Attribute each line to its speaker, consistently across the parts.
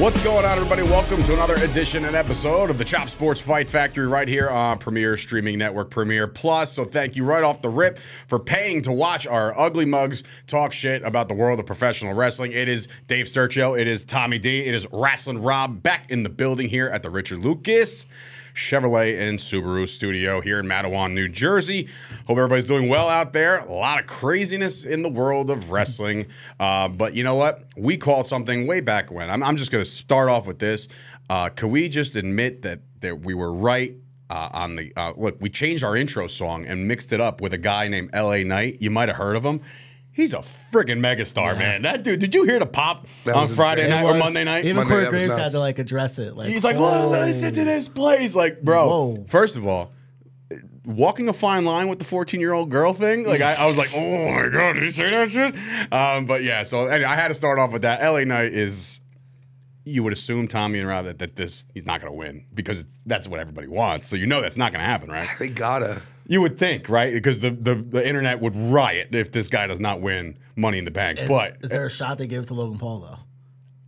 Speaker 1: What's going on, everybody? Welcome to another edition and episode of the Chop Sports Fight Factory right here on Premier Streaming Network, Premier Plus. So, thank you right off the rip for paying to watch our ugly mugs talk shit about the world of professional wrestling. It is Dave Sturcio, it is Tommy D, it is Wrestling Rob back in the building here at the Richard Lucas Chevrolet and Subaru studio here in Mattawan, New Jersey. Hope everybody's doing well out there. A lot of craziness in the world of wrestling. Uh, but you know what? We called something way back when. I'm, I'm just going to start off with this. Uh, can we just admit that, that we were right? Uh, on the uh, look, we changed our intro song and mixed it up with a guy named L.A. Knight. You might have heard of him. He's a friggin' megastar, man. That dude. Did you hear the pop
Speaker 2: That
Speaker 1: on
Speaker 2: was
Speaker 1: Friday
Speaker 2: insane.
Speaker 1: night
Speaker 2: It
Speaker 1: or
Speaker 2: was.
Speaker 1: Monday night?
Speaker 3: Even
Speaker 2: Monday,
Speaker 3: Corey
Speaker 2: that was
Speaker 3: Graves had
Speaker 2: nuts.
Speaker 3: to like address it. Like
Speaker 1: He's like, "Look, listen to this place. Like, bro,
Speaker 3: Whoa.
Speaker 1: first of all, walking a fine line with the 14 year old girl thing. Like, I, I was like, oh my God, did you say that shit? Um, but yeah, so anyway, I had to start off with that. LA Knight is, you would assume, Tommy and Rob, that, that this, he's not going to win because it's, that's what everybody wants. So you know that's not going to happen, right?
Speaker 2: They gotta.
Speaker 1: You would think, right? Because the, the, the internet would riot if this guy does not win Money in the Bank.
Speaker 3: Is,
Speaker 1: but
Speaker 3: is there a shot they give to Logan Paul though?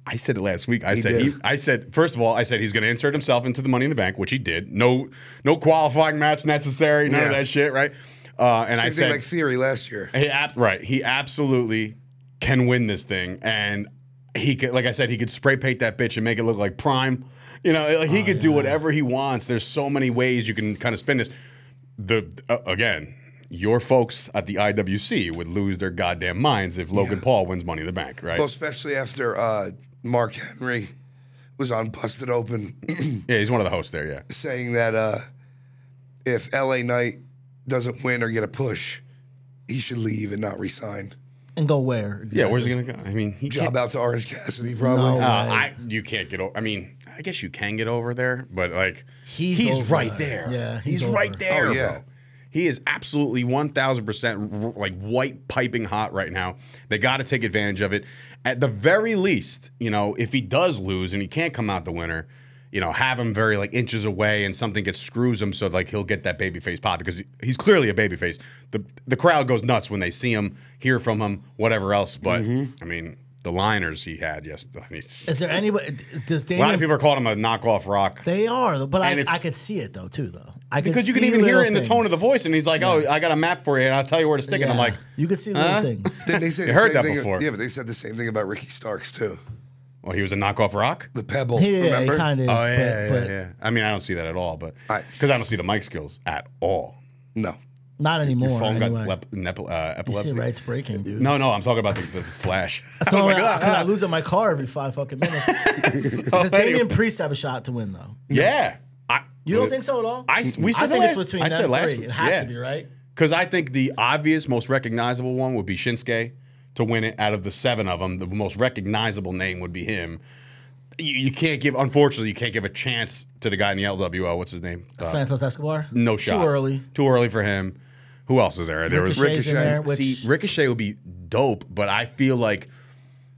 Speaker 1: I said it last week. I said
Speaker 2: did.
Speaker 1: he, I said first of all, I said he's going to insert himself into the Money in the Bank, which he did. No, no qualifying match necessary. None of
Speaker 2: Yeah.
Speaker 1: that shit, right? Uh, and I
Speaker 2: Same thing
Speaker 1: said
Speaker 2: like theory last year.
Speaker 1: he ab- right. He absolutely can win this thing, and he could, like I said, he could spray paint that bitch and make it look like prime. You know, like
Speaker 2: Oh,
Speaker 1: he could do whatever he wants. There's so many ways you can kind of spin this. The uh, again, your folks at the IWC would lose their goddamn minds if Logan Paul wins Money in the Bank, right?
Speaker 2: Well, especially after uh, Mark Henry was on Busted Open
Speaker 1: yeah, he's one of the hosts there. Yeah.
Speaker 2: saying that uh, if LA Knight doesn't win or get a push, he should leave and not resign.
Speaker 3: And go where? Exactly?
Speaker 1: Yeah, where's he gonna go? I mean, he
Speaker 2: Job
Speaker 1: can't,
Speaker 2: out to Orange Cassidy, probably.
Speaker 3: No.
Speaker 1: uh, I you can't get over. I mean, I guess you can get over there, but like
Speaker 3: He's over
Speaker 1: right
Speaker 3: there.
Speaker 1: there.
Speaker 3: Yeah,
Speaker 1: he's,
Speaker 3: he's
Speaker 1: right
Speaker 3: over.
Speaker 1: there.
Speaker 2: Oh, yeah.
Speaker 1: bro. He is absolutely one thousand percent like white piping hot right now. They got to take advantage of it. At the very least, you know, if he does lose and he can't come out the winner. You know, have him very like inches away, and something gets screws him, so like he'll get that babyface pop because he- he's clearly a babyface. the The crowd goes nuts when they see him, hear from him, whatever else. But I mean, the liners he had yesterday. I mean, it's-
Speaker 3: Mm-hmm. Is there anybody? Does
Speaker 1: a lot of
Speaker 3: Daniel?
Speaker 1: people are calling him a knockoff rock
Speaker 3: They are, but
Speaker 1: And
Speaker 3: I,
Speaker 1: it's-
Speaker 3: I could see it though too though. I could
Speaker 1: because you can
Speaker 3: see
Speaker 1: even hear
Speaker 3: little
Speaker 1: it in the tone of the
Speaker 3: things.
Speaker 1: voice, and he's like, "Oh, I got a map for you, and I'll tell you where to stick." it." And I'm
Speaker 3: Yeah.
Speaker 1: like,
Speaker 3: you could see little
Speaker 1: huh?
Speaker 3: things.
Speaker 2: Didn't they say the
Speaker 1: heard
Speaker 2: same
Speaker 1: that
Speaker 2: thing-
Speaker 1: before.
Speaker 2: Yeah, but they said the same thing about Ricky Starks too.
Speaker 1: "Well, he was a knockoff rock."
Speaker 2: The pebble,
Speaker 3: Oh, Yeah,
Speaker 2: remember?
Speaker 3: it kind of
Speaker 1: Oh,
Speaker 3: is. but, but
Speaker 1: I mean, I don't see that at all, but
Speaker 2: I-
Speaker 1: because I don't see the mic skills at all.
Speaker 2: No,
Speaker 3: not anymore.
Speaker 1: Your phone
Speaker 3: anyway.
Speaker 1: got lep- nepl- uh,
Speaker 3: you see
Speaker 1: epilepsy.
Speaker 3: right? It's breaking, dude.
Speaker 1: No, no, I'm talking about the, the flash.
Speaker 3: That's all I, because I lose at my car every five fucking minutes. Does Damian Priest have a shot to win though?
Speaker 1: yeah, I,
Speaker 3: You don't think so at all?
Speaker 1: I s- we
Speaker 3: I
Speaker 1: said
Speaker 3: think
Speaker 1: last-
Speaker 3: it's between
Speaker 1: I
Speaker 3: them
Speaker 1: said last
Speaker 3: three.
Speaker 1: week,
Speaker 3: It has
Speaker 1: yeah.
Speaker 3: to be right.
Speaker 1: Because I think the obvious, most recognizable one would be Shinsuke to win it out of the seven of them. The most recognizable name would be him. You, you can't give, unfortunately, you can't give a chance to the guy in the LWO. What's his name? Uh,
Speaker 3: Santos Escobar.
Speaker 1: no shot.
Speaker 3: Too early.
Speaker 1: Too early for him. Who else is there? There was
Speaker 3: Ricochet's in
Speaker 2: Ricochet.
Speaker 3: there, which
Speaker 1: See, Ricochet would be dope, but I feel like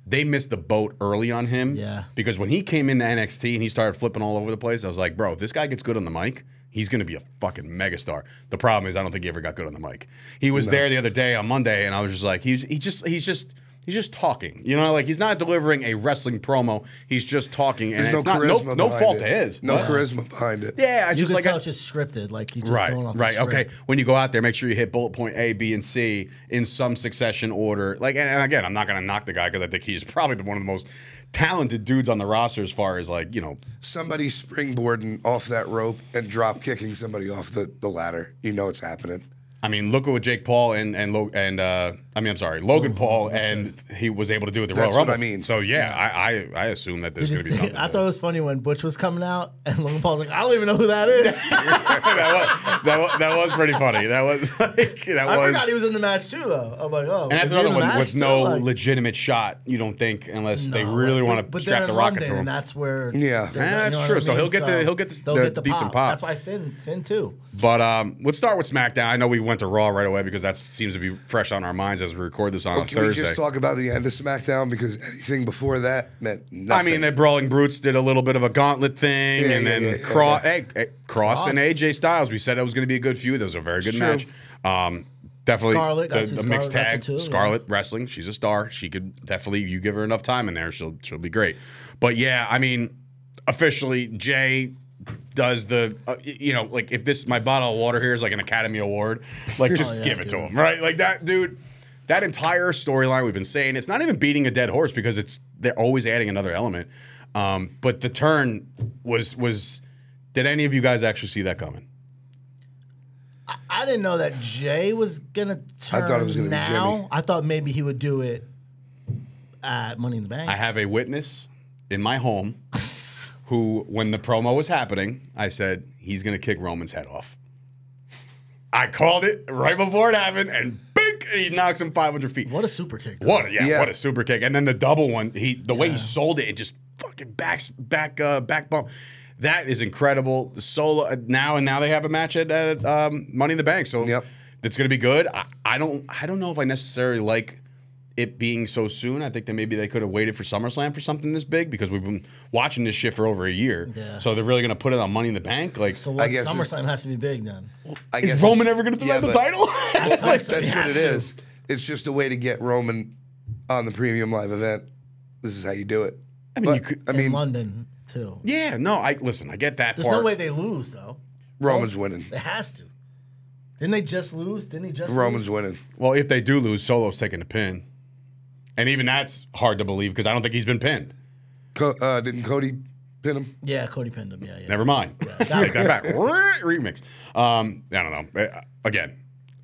Speaker 1: they missed the boat early on him.
Speaker 3: Yeah.
Speaker 1: Because when he came into NXT and he started flipping all over the place, I was like, bro, if this guy gets good on the mic, he's going to be a fucking megastar. The problem is, I don't think he ever got good on the mic. He was there the other day on Monday, and I was just like, he's he just he's just. He's just talking, you know, like he's not delivering a wrestling promo. He's just talking, and
Speaker 2: there's no
Speaker 1: it's not
Speaker 2: charisma.
Speaker 1: no, no
Speaker 2: behind
Speaker 1: fault
Speaker 2: it.
Speaker 1: to his.
Speaker 2: No
Speaker 1: What?
Speaker 2: charisma behind it.
Speaker 1: Yeah, I
Speaker 3: you
Speaker 1: just
Speaker 3: could
Speaker 1: like
Speaker 3: tell
Speaker 1: I-
Speaker 3: it's just scripted. Like he's just
Speaker 1: right,
Speaker 3: going off. the
Speaker 1: right.
Speaker 3: script.
Speaker 1: Okay, when you go out there, make sure you hit bullet point A, B, and C in some succession order. Like, and, and again, I'm not going to knock the guy because I think he's probably the, one of the most talented dudes on the roster as far as like you know.
Speaker 2: Somebody springboarding off that rope and drop kicking somebody off the, the ladder. You know it's happening.
Speaker 1: I mean, look at what Jake Paul and and Lo- and uh, I mean, I'm sorry,
Speaker 3: Oh,
Speaker 1: Logan Paul, and he was able to do it at the
Speaker 2: That's
Speaker 1: Royal
Speaker 2: what
Speaker 1: Rumble.
Speaker 2: I mean.
Speaker 1: So yeah, I, I I assume that there's going to be something.
Speaker 3: I
Speaker 1: there.
Speaker 3: thought it was funny when Butch was coming out and Logan Paul's like, I don't even know who that is. I
Speaker 1: that, was, that was that was pretty funny. That was like, that was.
Speaker 3: forgot he was in the match too, though. I'm like, oh,
Speaker 1: And
Speaker 3: was
Speaker 1: that's
Speaker 3: he in
Speaker 1: another
Speaker 3: the
Speaker 1: one
Speaker 3: match
Speaker 1: with
Speaker 3: too?
Speaker 1: no
Speaker 3: Like,
Speaker 1: legitimate shot. You don't think unless they
Speaker 3: no,
Speaker 1: really
Speaker 3: but-
Speaker 1: want
Speaker 3: but
Speaker 1: to
Speaker 3: then
Speaker 1: strap
Speaker 3: in
Speaker 1: the rocket
Speaker 3: London,
Speaker 1: to him.
Speaker 3: And that's where,
Speaker 2: Yeah.
Speaker 3: they're-
Speaker 1: Eh,
Speaker 3: you know
Speaker 1: that's
Speaker 3: what I
Speaker 1: true. So
Speaker 3: mean?
Speaker 1: he'll get the- he'll get the-
Speaker 3: they'll
Speaker 1: the
Speaker 3: get the
Speaker 1: decent
Speaker 3: pop.
Speaker 1: pop.
Speaker 3: That's why Finn, Finn too.
Speaker 1: But um, let's start with SmackDown. I know we went to Raw right away because that seems to be fresh on our minds as we record this on a
Speaker 2: Oh, Can we
Speaker 1: Thursday.
Speaker 2: just talk about the end of SmackDown? Because anything before that meant
Speaker 1: I
Speaker 2: nothing.
Speaker 1: mean, the Brawling Brutes did a little bit of a gauntlet thing,
Speaker 2: Yeah,
Speaker 1: and
Speaker 2: yeah,
Speaker 1: then
Speaker 2: yeah, yeah,
Speaker 1: Cro-
Speaker 2: yeah.
Speaker 1: hey, hey, Cross and AJ Styles. We said it was going to be a good feud. That was a very good
Speaker 2: It's
Speaker 1: match. Um, definitely
Speaker 3: Scarlett,
Speaker 1: the,
Speaker 3: I see
Speaker 1: the mixed
Speaker 3: Scarlett wrestle
Speaker 1: tag.
Speaker 3: too, yeah.
Speaker 1: Scarlett wrestling. She's a star. She could definitely. You give her enough time in there, she'll she'll be great. But yeah, I mean, officially, Jay does the uh, y- you know like if this my bottle of water here is like an Academy Award, like just
Speaker 3: Oh, yeah,
Speaker 1: give it to
Speaker 3: dude.
Speaker 1: him, right? Like that dude. That entire storyline we've been saying, it's not even beating a dead horse because it's they're always adding another element. Um, but the turn was was did any of you guys actually see that coming?
Speaker 3: I didn't know that Jay was gonna turn.
Speaker 2: it was gonna be
Speaker 3: now.
Speaker 2: Jimmy.
Speaker 3: I thought maybe he would do it at Money in the Bank.
Speaker 1: I have a witness in my home who, when the promo was happening, I said, he's going to kick Roman's head off. I called it right before it happened, and bing, he knocks him 500 feet.
Speaker 3: what a super kick! though.
Speaker 1: What? a- Yeah,
Speaker 2: Yeah.
Speaker 1: what a super kick! And then the double one. He the way he sold it, it just fucking back back uh, back bump. That is incredible. The Solo uh, now and now they have a match at, at um, Money in the Bank, so
Speaker 2: Yep.
Speaker 1: that's going to be good. I, I don't I don't know if I necessarily like it being so soon. I think that maybe they could have waited for SummerSlam for something this big because we've been watching this shit for over a year.
Speaker 3: Yeah.
Speaker 1: So they're really going to put it on Money in the Bank. Like,
Speaker 3: So what?
Speaker 2: guess it's-
Speaker 3: SummerSlam has to be big then.
Speaker 2: I guess
Speaker 1: is
Speaker 2: it's-
Speaker 1: Roman ever going to
Speaker 2: yeah,
Speaker 1: defend the
Speaker 2: but
Speaker 1: title? It's like-
Speaker 2: That's
Speaker 3: SummerSlam, he
Speaker 2: what
Speaker 3: has
Speaker 2: it
Speaker 3: to.
Speaker 2: is. It's just a way to get Roman on the premium live event. This is how you do it.
Speaker 1: I mean, you could,
Speaker 2: I
Speaker 3: in
Speaker 2: mean,
Speaker 3: London too.
Speaker 1: yeah, no, I listen. I get that
Speaker 3: There's
Speaker 1: part.
Speaker 3: no way they lose though.
Speaker 2: Roman's winning.
Speaker 3: They has to. Didn't they just lose? Didn't he just
Speaker 2: Roman's
Speaker 3: lose?
Speaker 2: winning.
Speaker 1: Well, if they do lose, Solo's taking the pin. And even that's hard to believe because I don't think he's been pinned.
Speaker 2: Co- uh, didn't Cody pin him?
Speaker 3: Yeah, Cody pinned him. Yeah, yeah.
Speaker 1: Never mind. Take that back. Remix. Um, I don't know. Uh, Again,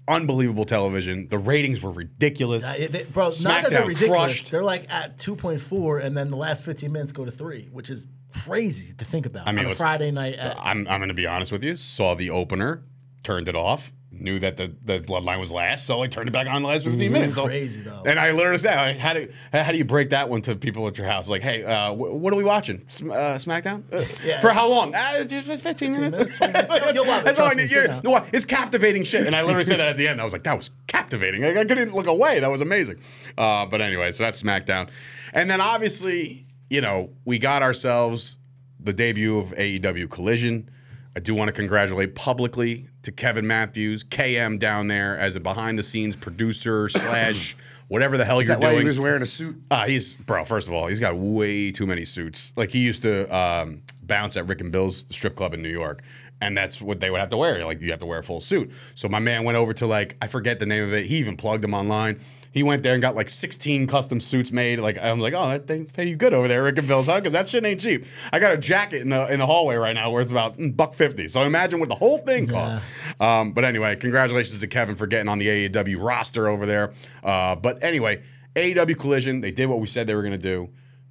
Speaker 1: unbelievable television. The ratings were ridiculous.
Speaker 3: Uh, it- they- bro, not that
Speaker 1: SmackDown
Speaker 3: they're ridiculous.
Speaker 1: crushed.
Speaker 3: They're like at 2.4, and then the last 15 minutes go to three, which is crazy to think about. I
Speaker 1: mean,
Speaker 3: on a
Speaker 1: let's-
Speaker 3: Friday night. At,
Speaker 1: I'm, I'm going to be honest with you. Saw the opener, turned it off, knew that the, the bloodline was last, so I turned it back on in the last 15 minutes. So-
Speaker 3: crazy though.
Speaker 1: And I literally said, like, how do how do you break that one to people at your house? Like, hey, uh, wh- what are we watching? Sm- uh, SmackDown? Uh,
Speaker 3: Yeah.
Speaker 1: For how long? Uh, just for 15 minutes.
Speaker 3: minutes, 20 minutes. You'll- you'll love it.
Speaker 1: That's all I
Speaker 3: Trust me,
Speaker 1: need.
Speaker 3: sit
Speaker 1: You're-
Speaker 3: down.
Speaker 1: no, what- It's captivating shit. And I literally said that at the end. I was like, that was captivating. Like, I couldn't look away. That was amazing. Uh, but anyway, so that's SmackDown. And then obviously, you know, we got ourselves the debut of AEW Collision. I do want to congratulate publicly to Kevin Matthews, KM down there as a behind the scenes producer slash whatever the hell
Speaker 2: Is
Speaker 1: you're
Speaker 2: that why
Speaker 1: doing.
Speaker 2: he was wearing a suit?
Speaker 1: Uh, he's bro. First of all, he's got way too many suits. Like he used to um, bounce at Rick and Bill's strip club in New York, and that's what they would have to wear. Like you have to wear a full suit. So my man went over to like I forget the name of it. He even plugged them online. He went there and got like 16 custom suits made. Like I'm like, oh, that they pay you good over there, Rick and Bill's, huh? Because that shit ain't cheap. I got a jacket in the in the hallway right now worth about mm, buck fifty. So imagine what the whole thing cost. Um, but anyway, congratulations to Kevin for getting on the AEW roster over there. Uh, but anyway. AEW E Collision, they did what we said they were going to do.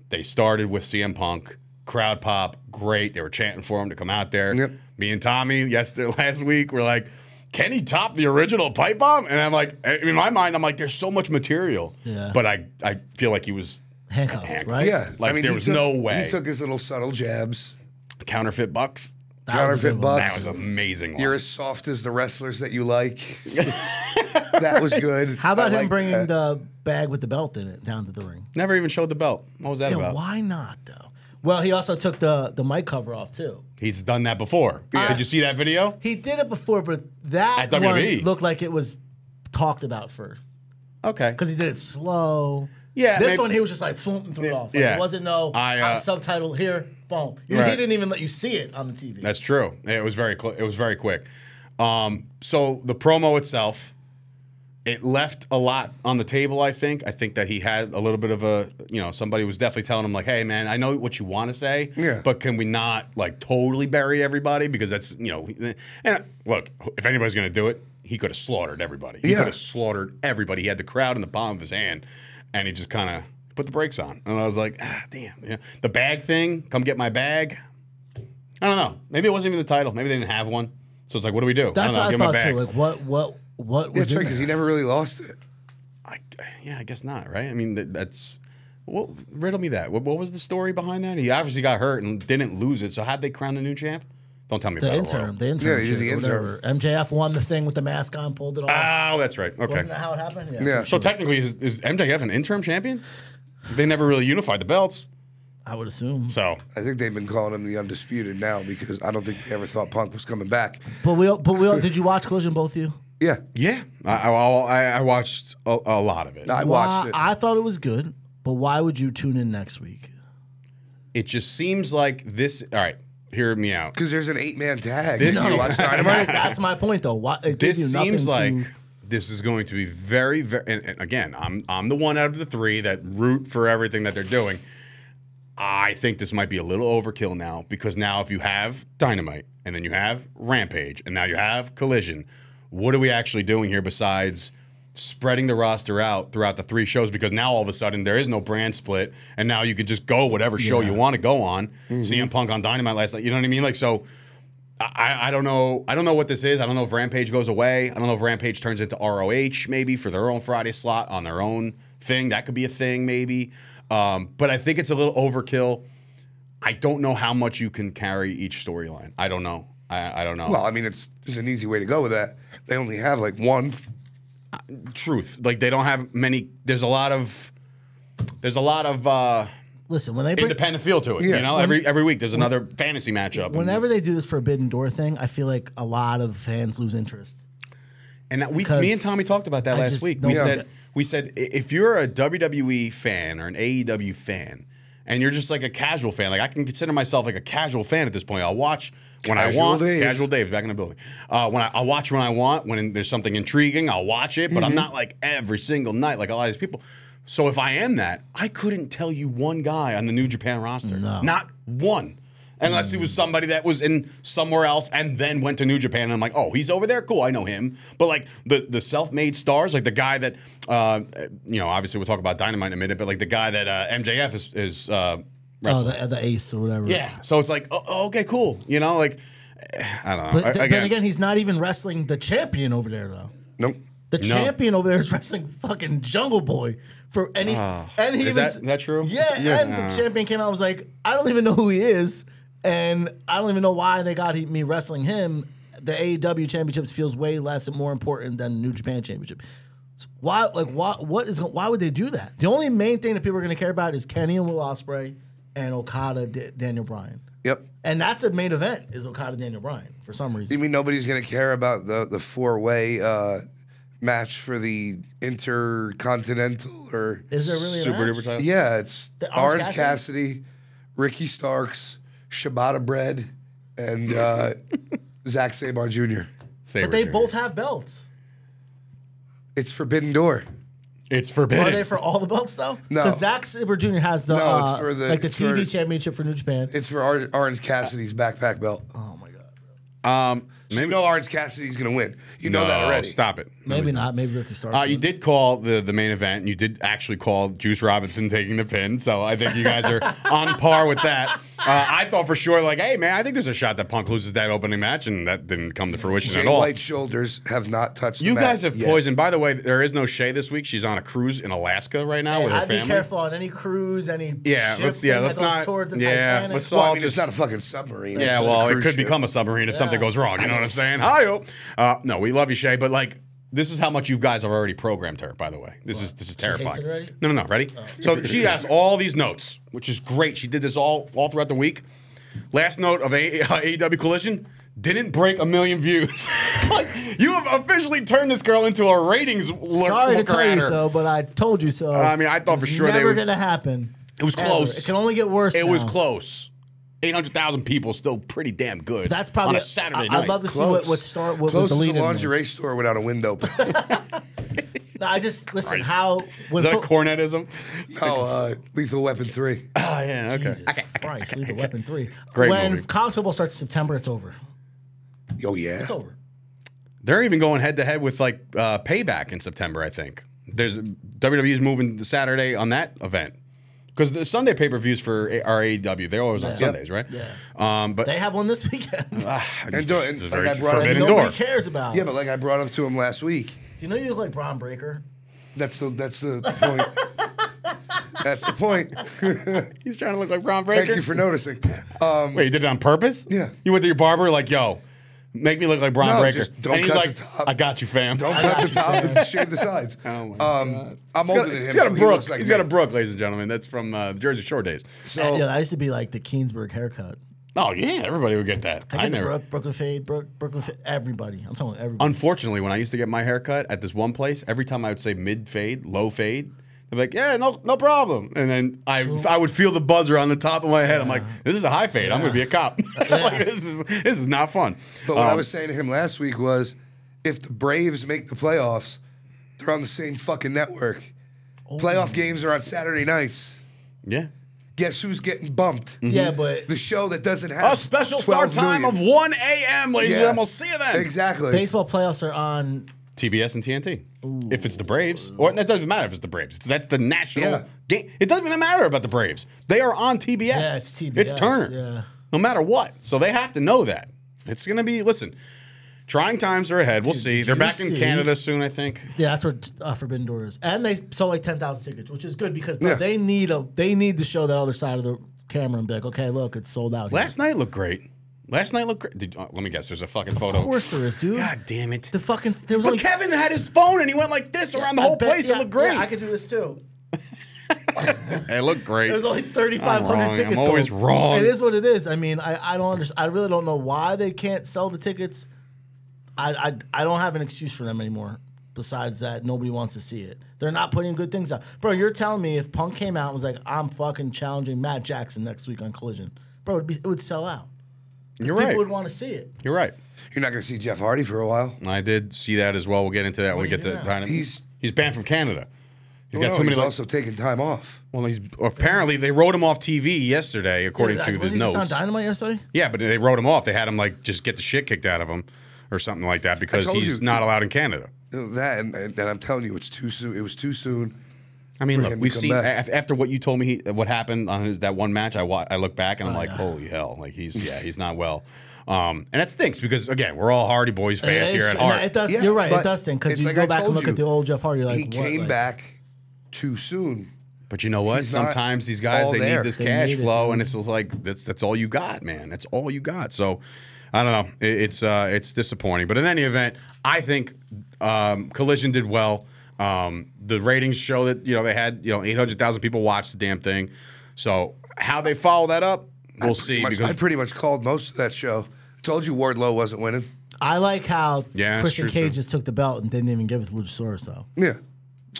Speaker 1: They started with CM Punk, crowd pop, great. They were chanting for him to come out there.
Speaker 2: Yep.
Speaker 1: Me and Tommy yesterday last week were like, can he top the original pipe bomb? And I'm like, eh, in my mind, I'm like, there's so much material.
Speaker 3: Yeah.
Speaker 1: But I, I feel like he was
Speaker 3: handcuffs, right?
Speaker 2: Yeah.
Speaker 1: Like, there
Speaker 2: he
Speaker 1: was
Speaker 2: took-
Speaker 1: no way.
Speaker 2: He took his little subtle jabs.
Speaker 1: counterfeit bucks.
Speaker 3: That was
Speaker 2: Counterfeit
Speaker 3: a good one.
Speaker 2: bucks.
Speaker 1: That was amazing. One.
Speaker 2: You're as soft as the wrestlers that you like. that was good.
Speaker 3: How about
Speaker 2: I
Speaker 3: him
Speaker 2: like
Speaker 3: bringing
Speaker 2: that.
Speaker 3: the bag with the belt in it down to the ring?
Speaker 1: Never even showed the belt. What was that
Speaker 3: Yeah,
Speaker 1: about?
Speaker 3: why not though? Well, he also took the the mic cover off too.
Speaker 1: He's done that before. Did you see that video?
Speaker 3: He did it before, but that
Speaker 1: At E. WWE.
Speaker 3: one looked like it was talked about first
Speaker 1: Okay.
Speaker 3: because he did it slow.
Speaker 1: Yeah,
Speaker 3: this
Speaker 1: maybe-
Speaker 3: one he was just like boom, and threw it off. Like,
Speaker 1: yeah.
Speaker 3: it wasn't no
Speaker 1: I,
Speaker 3: I,
Speaker 1: uh,
Speaker 3: subtitle here, boom. You-
Speaker 1: Right.
Speaker 3: He didn't even let you see it on the TV.
Speaker 1: That's true. It was very cl- it was very quick. Um, so the promo itself, it left a lot on the table. I think. I think that he had a little bit of a you know somebody was definitely telling him like, hey man, I know what you want to say,
Speaker 2: Yeah.
Speaker 1: but can we not like totally bury everybody because that's you know and look if anybody's gonna do it, he could have slaughtered everybody. He
Speaker 2: Yeah.
Speaker 1: could have slaughtered everybody. He had the crowd in the palm of his hand, and he just kind of put the brakes on. And I was like, ah, damn. Yeah. The bag thing, come get my bag. I don't know. Maybe it wasn't even the title. Maybe they didn't have one. So it's like, what do we do?
Speaker 3: That's
Speaker 1: I
Speaker 3: what I
Speaker 1: don't know.
Speaker 3: thought
Speaker 1: Give
Speaker 3: too.
Speaker 1: him a
Speaker 3: Like what what what
Speaker 2: That's
Speaker 3: was
Speaker 2: right,
Speaker 3: in
Speaker 2: because he
Speaker 3: there?
Speaker 2: never really lost it.
Speaker 1: bag. I, yeah, I guess not, right? I mean, that, that's. What, riddle me that. What, what was the story behind that? He obviously got hurt and didn't lose it. So how'd they crown the new champ? Don't tell me
Speaker 3: the
Speaker 1: about
Speaker 3: interim,
Speaker 1: It,
Speaker 3: the interim,
Speaker 2: Yeah, he
Speaker 3: shit,
Speaker 2: did the
Speaker 3: or whatever. MJF won the thing with the mask on, pulled it off.
Speaker 1: oh, that's right. Okay.
Speaker 3: Wasn't that how it happened?
Speaker 2: Yeah.
Speaker 1: so technically, is, is MJF an interim champion? They never really unified the belts.
Speaker 3: I would assume.
Speaker 1: So
Speaker 2: I think they've been calling him the undisputed now because I don't think they ever thought Punk was coming back.
Speaker 3: But we, all- but we, all- did you watch Collision? Both of you?
Speaker 2: Yeah,
Speaker 1: yeah, I, I, I I watched a, a lot of it.
Speaker 2: I
Speaker 3: Why-
Speaker 2: watched it.
Speaker 3: I thought it was good, but why would you tune in next week?
Speaker 1: It just seems like this. All right, hear me out.
Speaker 2: Because there's an eight man tag.
Speaker 1: This-
Speaker 2: Did you
Speaker 1: No.
Speaker 2: watch Dynamite?
Speaker 3: That's my point, though. Why, it gives
Speaker 1: This
Speaker 3: you nothing
Speaker 1: seems like
Speaker 3: to-
Speaker 1: this is going to be very, very. And, and again, I'm I'm the one out of the three that root for everything that they're doing. I think this might be a little overkill now because now if you have Dynamite and then you have Rampage and now you have Collision, what are we actually doing here besides spreading the roster out throughout the three shows? Because now all of a sudden there is no brand split and now you could just go whatever show you want to go on.
Speaker 3: Mm-hmm.
Speaker 1: CM Punk on Dynamite last night, you know what I mean? Like so. I, I don't know. I don't know what this is. I don't know if Rampage goes away. I don't know if Rampage turns into ROH maybe for their own Friday slot on their own thing. That could be a thing maybe. Um, but I think it's a little overkill. I don't know how much you can carry each storyline. I don't know. I, I don't know.
Speaker 2: Well, I mean, it's there's an easy way to go with that. They only have like one.
Speaker 1: Truth, like they don't have many. There's a lot of there's a lot of uh,
Speaker 3: Listen, when they bring,
Speaker 1: independent feel to it.
Speaker 2: Yeah.
Speaker 1: You know, every every week there's another fantasy matchup. and-
Speaker 3: whenever they do this Forbidden Door thing, I feel like a lot of fans lose interest.
Speaker 1: And that we,
Speaker 3: Because
Speaker 1: me and Tommy talked about that
Speaker 3: I
Speaker 1: last
Speaker 3: just
Speaker 1: week. We
Speaker 3: don't-
Speaker 1: said, we said, i- if you're a WWE fan or an AEW fan, and you're just like a casual fan, like I can consider myself like a casual fan at this point. I'll watch when
Speaker 2: Casual
Speaker 1: I want.
Speaker 2: Dave.
Speaker 1: Casual Dave's back in the building. Uh, when I, I'll watch when I want. When there's something intriguing, I'll watch it. But
Speaker 3: Mm-hmm.
Speaker 1: I'm not like every single night like a lot of these people. So if I am that, I couldn't tell you one guy on the New Japan roster. Not one. Unless he was
Speaker 3: Mm.
Speaker 1: somebody that was in somewhere else and then went to New Japan, and I'm like, oh, he's over there, cool, I know him. But like the the self made stars, like the guy that, uh, you know, obviously we'll talk about Dynamite in a minute, but like the guy that uh, MJF is, is uh,
Speaker 3: Oh,
Speaker 1: wrestling.
Speaker 3: the, the Ace or whatever.
Speaker 1: yeah, so it's like, oh, oh, okay, cool, you know, like I don't know.
Speaker 3: But th-
Speaker 1: I-
Speaker 3: then again, he's not even wrestling the champion over there though.
Speaker 2: Nope.
Speaker 3: The champion over there is wrestling fucking Jungle Boy for any. and he
Speaker 1: Oh. is
Speaker 3: even
Speaker 1: that-
Speaker 3: s-
Speaker 1: that true?
Speaker 3: Yeah,
Speaker 1: Yeah.
Speaker 3: and the champion came out and was like, I don't even know who he is, and I don't even know why they got he- me wrestling him. The AEW championships feels way less and more important than the New Japan championship. So why, like, why, what is, why would they do that? The only main thing that people are going to care about is Kenny and Will Ospreay and Okada, D- Daniel Bryan,
Speaker 2: Yep.
Speaker 3: and that's the main event is Okada, Daniel Bryan for some reason.
Speaker 2: You mean nobody's gonna care about the the four way uh, match for the intercontinental or?
Speaker 3: Is there really
Speaker 1: super
Speaker 3: a match?
Speaker 1: duper title.
Speaker 2: Yeah, it's
Speaker 3: The Orange
Speaker 2: Orange Cassidy? Ricky Starks, Shibata Bread, and uh, Zack Sabar Jr.
Speaker 1: Saber
Speaker 3: But they
Speaker 1: Jr.
Speaker 3: both have belts.
Speaker 2: It's Forbidden Door.
Speaker 1: It's
Speaker 3: Are
Speaker 1: forbidden.
Speaker 3: they for all the belts though?
Speaker 2: No.
Speaker 3: Because Zack Saber Jr. has the,
Speaker 2: No, it's
Speaker 3: uh,
Speaker 2: for the-
Speaker 3: like the
Speaker 2: it's for-
Speaker 3: TV championship for New Japan.
Speaker 2: It's for Ar- Orange Cassidy's backpack belt.
Speaker 3: oh my god.
Speaker 1: um,
Speaker 2: So you
Speaker 1: maybe
Speaker 2: know Orange Cassidy's gonna win. You know
Speaker 1: no,
Speaker 2: that already.
Speaker 1: Stop it.
Speaker 3: Maybe not. Maybe Ricky Starks.
Speaker 1: Uh, you did call the the main event, and you did actually call Juice Robinson taking the pin. So I think you guys are on par with that. Uh, I thought for sure, like, hey man, I think there's a shot that Punk loses that opening match, and that didn't come to fruition
Speaker 2: Jay
Speaker 1: at all.
Speaker 2: White's shoulders have not touched.
Speaker 1: you
Speaker 2: the
Speaker 1: guys
Speaker 2: mat
Speaker 1: have
Speaker 2: yet.
Speaker 1: poisoned. By the way, there is no Shay this week. She's on a cruise in Alaska right now with her
Speaker 3: I'd
Speaker 1: family.
Speaker 3: be careful on any cruise, any
Speaker 1: Yeah,
Speaker 3: ship
Speaker 1: let's- yeah,
Speaker 3: thing that
Speaker 1: let's
Speaker 3: goes
Speaker 1: not-
Speaker 3: Towards the
Speaker 1: yeah,
Speaker 3: Titanic.
Speaker 1: let's
Speaker 2: Well,
Speaker 1: all
Speaker 2: I mean,
Speaker 1: just-
Speaker 2: it's not a fucking submarine.
Speaker 1: Yeah,
Speaker 2: It's just a
Speaker 1: well, it
Speaker 2: cruise
Speaker 1: could
Speaker 2: ship.
Speaker 1: become a submarine if something goes wrong. You know what I'm saying? Hi, uh, no, we love you, Shay, but like. This is how much you guys have already programmed her. By the way, this is this is terrifying.
Speaker 3: it already? Oh.
Speaker 1: No, no, no. Ready? So she has all these notes, which is great. She did this all all throughout the week. Last note of a- uh, AEW Collision didn't break a million views. like you have officially turned this girl into a ratings look,
Speaker 3: Sorry to
Speaker 1: looker
Speaker 3: tell
Speaker 1: at
Speaker 3: you
Speaker 1: her.
Speaker 3: so, but I told you so.
Speaker 1: I mean, I thought
Speaker 3: It's
Speaker 1: for sure they
Speaker 3: never
Speaker 1: would-
Speaker 3: gonna happen.
Speaker 1: It was
Speaker 3: Ever.
Speaker 1: close.
Speaker 3: It can only get worse.
Speaker 1: It was
Speaker 3: now.
Speaker 1: close. Eight hundred thousand people, is still pretty damn good.
Speaker 3: That's probably
Speaker 1: on a Saturday
Speaker 3: I,
Speaker 1: night.
Speaker 3: I'd love to see
Speaker 2: Close.
Speaker 3: what what start what
Speaker 2: Close
Speaker 3: was
Speaker 2: to
Speaker 3: deleted.
Speaker 2: a
Speaker 3: was.
Speaker 2: lingerie store without a window.
Speaker 3: No, I just listen
Speaker 1: Christ.
Speaker 3: how when
Speaker 1: Is that a
Speaker 3: fo-
Speaker 1: cornetism?
Speaker 2: no, uh, Lethal Weapon three.
Speaker 1: Oh yeah, okay.
Speaker 3: Jesus Christ, Lethal Weapon three.
Speaker 1: Great
Speaker 3: when
Speaker 1: movie.
Speaker 3: college football starts September, it's over.
Speaker 2: Oh yeah.
Speaker 3: It's over.
Speaker 1: They're even going head to head with like uh, Payback in September, I think. There's WWE's moving the Saturday on that event because the Sunday pay per views for A- are AEW. They're always on Sundays, right?
Speaker 3: Yeah.
Speaker 1: Um, but
Speaker 3: They have one this weekend.
Speaker 2: And, do-
Speaker 1: It's
Speaker 2: and like
Speaker 1: very
Speaker 2: I
Speaker 1: forbidden
Speaker 2: brought up,
Speaker 1: Forbidden
Speaker 3: nobody
Speaker 1: door.
Speaker 3: cares about.
Speaker 2: yeah, but like I brought up to him last week.
Speaker 3: Do you know you look like Braun Breaker?
Speaker 2: That's the that's the point. that's the point.
Speaker 1: he's trying to look like Ron Breaker.
Speaker 2: Thank you for noticing. Um,
Speaker 1: Wait, you did it on purpose?
Speaker 2: Yeah.
Speaker 1: You went to your barber like, yo, make me look like Braun
Speaker 2: No,
Speaker 1: Breaker,
Speaker 2: just don't
Speaker 1: and he's
Speaker 2: cut
Speaker 1: like,
Speaker 2: the top.
Speaker 1: I got you, fam.
Speaker 2: don't cut the top and shave the sides. um, I'm
Speaker 1: He's
Speaker 2: older
Speaker 1: got,
Speaker 2: than him.
Speaker 1: he's got a
Speaker 2: so he
Speaker 1: Brook.
Speaker 2: looks like
Speaker 1: he's got a
Speaker 2: me.
Speaker 1: Brook, ladies and gentlemen. That's from uh, the Jersey Shore days.
Speaker 2: So
Speaker 3: yeah, that used to be like the Keensburg haircut.
Speaker 1: Oh yeah, everybody would get that.
Speaker 3: I, get the Brook, Brooklyn fade, Brook, Brooklyn fade. Everybody, I'm talking everybody.
Speaker 1: Unfortunately, when I used to get my hair cut at this one place, every time I would say mid fade, low fade, They're like, yeah, no, no problem. And then I, I would feel the buzzer on the top of my head. I'm like, this is a high fade. I'm gonna be a cop. like, this is this is not fun.
Speaker 2: But what I
Speaker 1: Um,
Speaker 2: was saying to him last week was, if the Braves make the playoffs, they're on the same fucking network.
Speaker 1: Oh
Speaker 2: Playoff games are on Saturday nights.
Speaker 1: yeah.
Speaker 2: Guess who's getting bumped?
Speaker 3: Yeah, but
Speaker 2: The show that doesn't have
Speaker 1: A special start
Speaker 2: 12
Speaker 1: time of
Speaker 2: million.
Speaker 1: 1 a.m., ladies and
Speaker 2: Yeah.
Speaker 1: gentlemen. We'll see you then.
Speaker 2: Exactly.
Speaker 3: baseball playoffs are on.
Speaker 1: TBS and TNT. If it's the Braves, or it doesn't matter if it's the Braves. It's- That's the national
Speaker 2: Yeah.
Speaker 1: game. It doesn't even matter about the Braves. They are on TBS.
Speaker 3: Yeah, it's TBS.
Speaker 1: It's Turner.
Speaker 3: Yeah.
Speaker 1: No matter what. So they have to know that. It's going to be, listen, trying times are ahead. We'll see. They're
Speaker 3: you
Speaker 1: back in
Speaker 3: see?
Speaker 1: Canada soon, I think.
Speaker 3: Yeah, that's where uh, Forbidden Door is, and they sold like ten thousand tickets, which is good because bro,
Speaker 2: Yeah.
Speaker 3: they need a they need to show that other side of the camera and be like, okay, look, it's sold out. here.
Speaker 1: Last night looked great. Last night looked great. Did, uh, let me guess. There's a fucking photo.
Speaker 3: of course there is, dude.
Speaker 1: God damn it.
Speaker 3: The fucking there was
Speaker 1: but
Speaker 3: only
Speaker 1: Kevin had his phone and he went like this around the
Speaker 3: I
Speaker 1: whole
Speaker 3: bet-
Speaker 1: place.
Speaker 3: yeah,
Speaker 1: it looked great.
Speaker 3: yeah, I could do this too.
Speaker 1: it looked great.
Speaker 3: There's only 3,500
Speaker 1: wrong. I'm
Speaker 3: tickets.
Speaker 1: always
Speaker 3: sold.
Speaker 1: wrong.
Speaker 3: It is what it is. I mean, I, I don't understand. I really don't know why they can't sell the tickets. I, I I don't have an excuse for them anymore. Besides that, nobody wants to see it. They're not putting good things out, bro. You're telling me if Punk came out and was like, "I'm fucking challenging Matt Jackson next week on Collision," bro, it'd be, it would sell out.
Speaker 1: You're
Speaker 3: People
Speaker 1: right.
Speaker 3: would want to see it.
Speaker 1: You're right.
Speaker 2: You're not going to see Jeff Hardy for a while.
Speaker 1: I did see that as well. We'll get into that when we
Speaker 3: do you
Speaker 1: get
Speaker 3: do
Speaker 1: to
Speaker 3: now?
Speaker 1: Dynamite.
Speaker 2: He's-
Speaker 1: he's banned from Canada. He's
Speaker 2: Well,
Speaker 1: got
Speaker 2: no,
Speaker 1: too many.
Speaker 2: he's
Speaker 1: like-
Speaker 2: also taking time off.
Speaker 1: well, he's apparently they wrote him off TV yesterday, according to
Speaker 3: Wasn't
Speaker 1: his
Speaker 3: he just
Speaker 1: notes.
Speaker 3: on Dynamite yesterday?
Speaker 1: Yeah, but they wrote him off. They had him like just get the shit kicked out of him or something like that because
Speaker 2: told
Speaker 1: he's
Speaker 2: you.
Speaker 1: not allowed in Canada.
Speaker 2: You know, That and, and I'm telling you, it's too soon. It was too soon.
Speaker 1: I mean,
Speaker 2: For
Speaker 1: look,
Speaker 2: him to
Speaker 1: we've
Speaker 2: come
Speaker 1: seen
Speaker 2: back.
Speaker 1: af- after what you told me he, what happened on his, that one match. I wa- I look back
Speaker 3: Oh,
Speaker 1: and I'm like, holy hell, like he's yeah, he's not well. Um, and that stinks because again, we're all Hardy Boys fans
Speaker 3: It
Speaker 1: here
Speaker 3: is-
Speaker 1: at
Speaker 3: no,
Speaker 1: heart.
Speaker 3: It does.
Speaker 2: Yeah,
Speaker 3: you're right. It
Speaker 2: but
Speaker 3: does stink because
Speaker 2: it's
Speaker 3: you
Speaker 2: like
Speaker 3: go
Speaker 2: I
Speaker 3: back and
Speaker 2: told
Speaker 3: look
Speaker 2: you,
Speaker 3: at the old Jeff Hardy. You're like
Speaker 2: he
Speaker 3: what,
Speaker 2: came
Speaker 3: like-
Speaker 2: back too soon.
Speaker 1: But you know what?
Speaker 2: not
Speaker 1: Sometimes these guys
Speaker 2: all
Speaker 1: they
Speaker 2: there.
Speaker 1: need this
Speaker 3: They
Speaker 1: cash
Speaker 3: need it,
Speaker 1: flow, and it's just like that's that's all you got, man. That's all you got. So I don't know. It, it's uh, it's disappointing. But in any event, I think um, Collision did well. Um, the ratings show that you know they had you know eight hundred thousand people watch the damn thing. So how they follow that up, we'll see.
Speaker 2: Much-
Speaker 1: Because
Speaker 2: I pretty much called most of that show. told you Wardlow wasn't winning.
Speaker 3: I like how
Speaker 1: Yeah, that's
Speaker 3: Christian
Speaker 1: true,
Speaker 3: Cage
Speaker 1: too.
Speaker 3: just took the belt and didn't even give it to Luchasaurus though.
Speaker 2: Yeah.
Speaker 1: oh,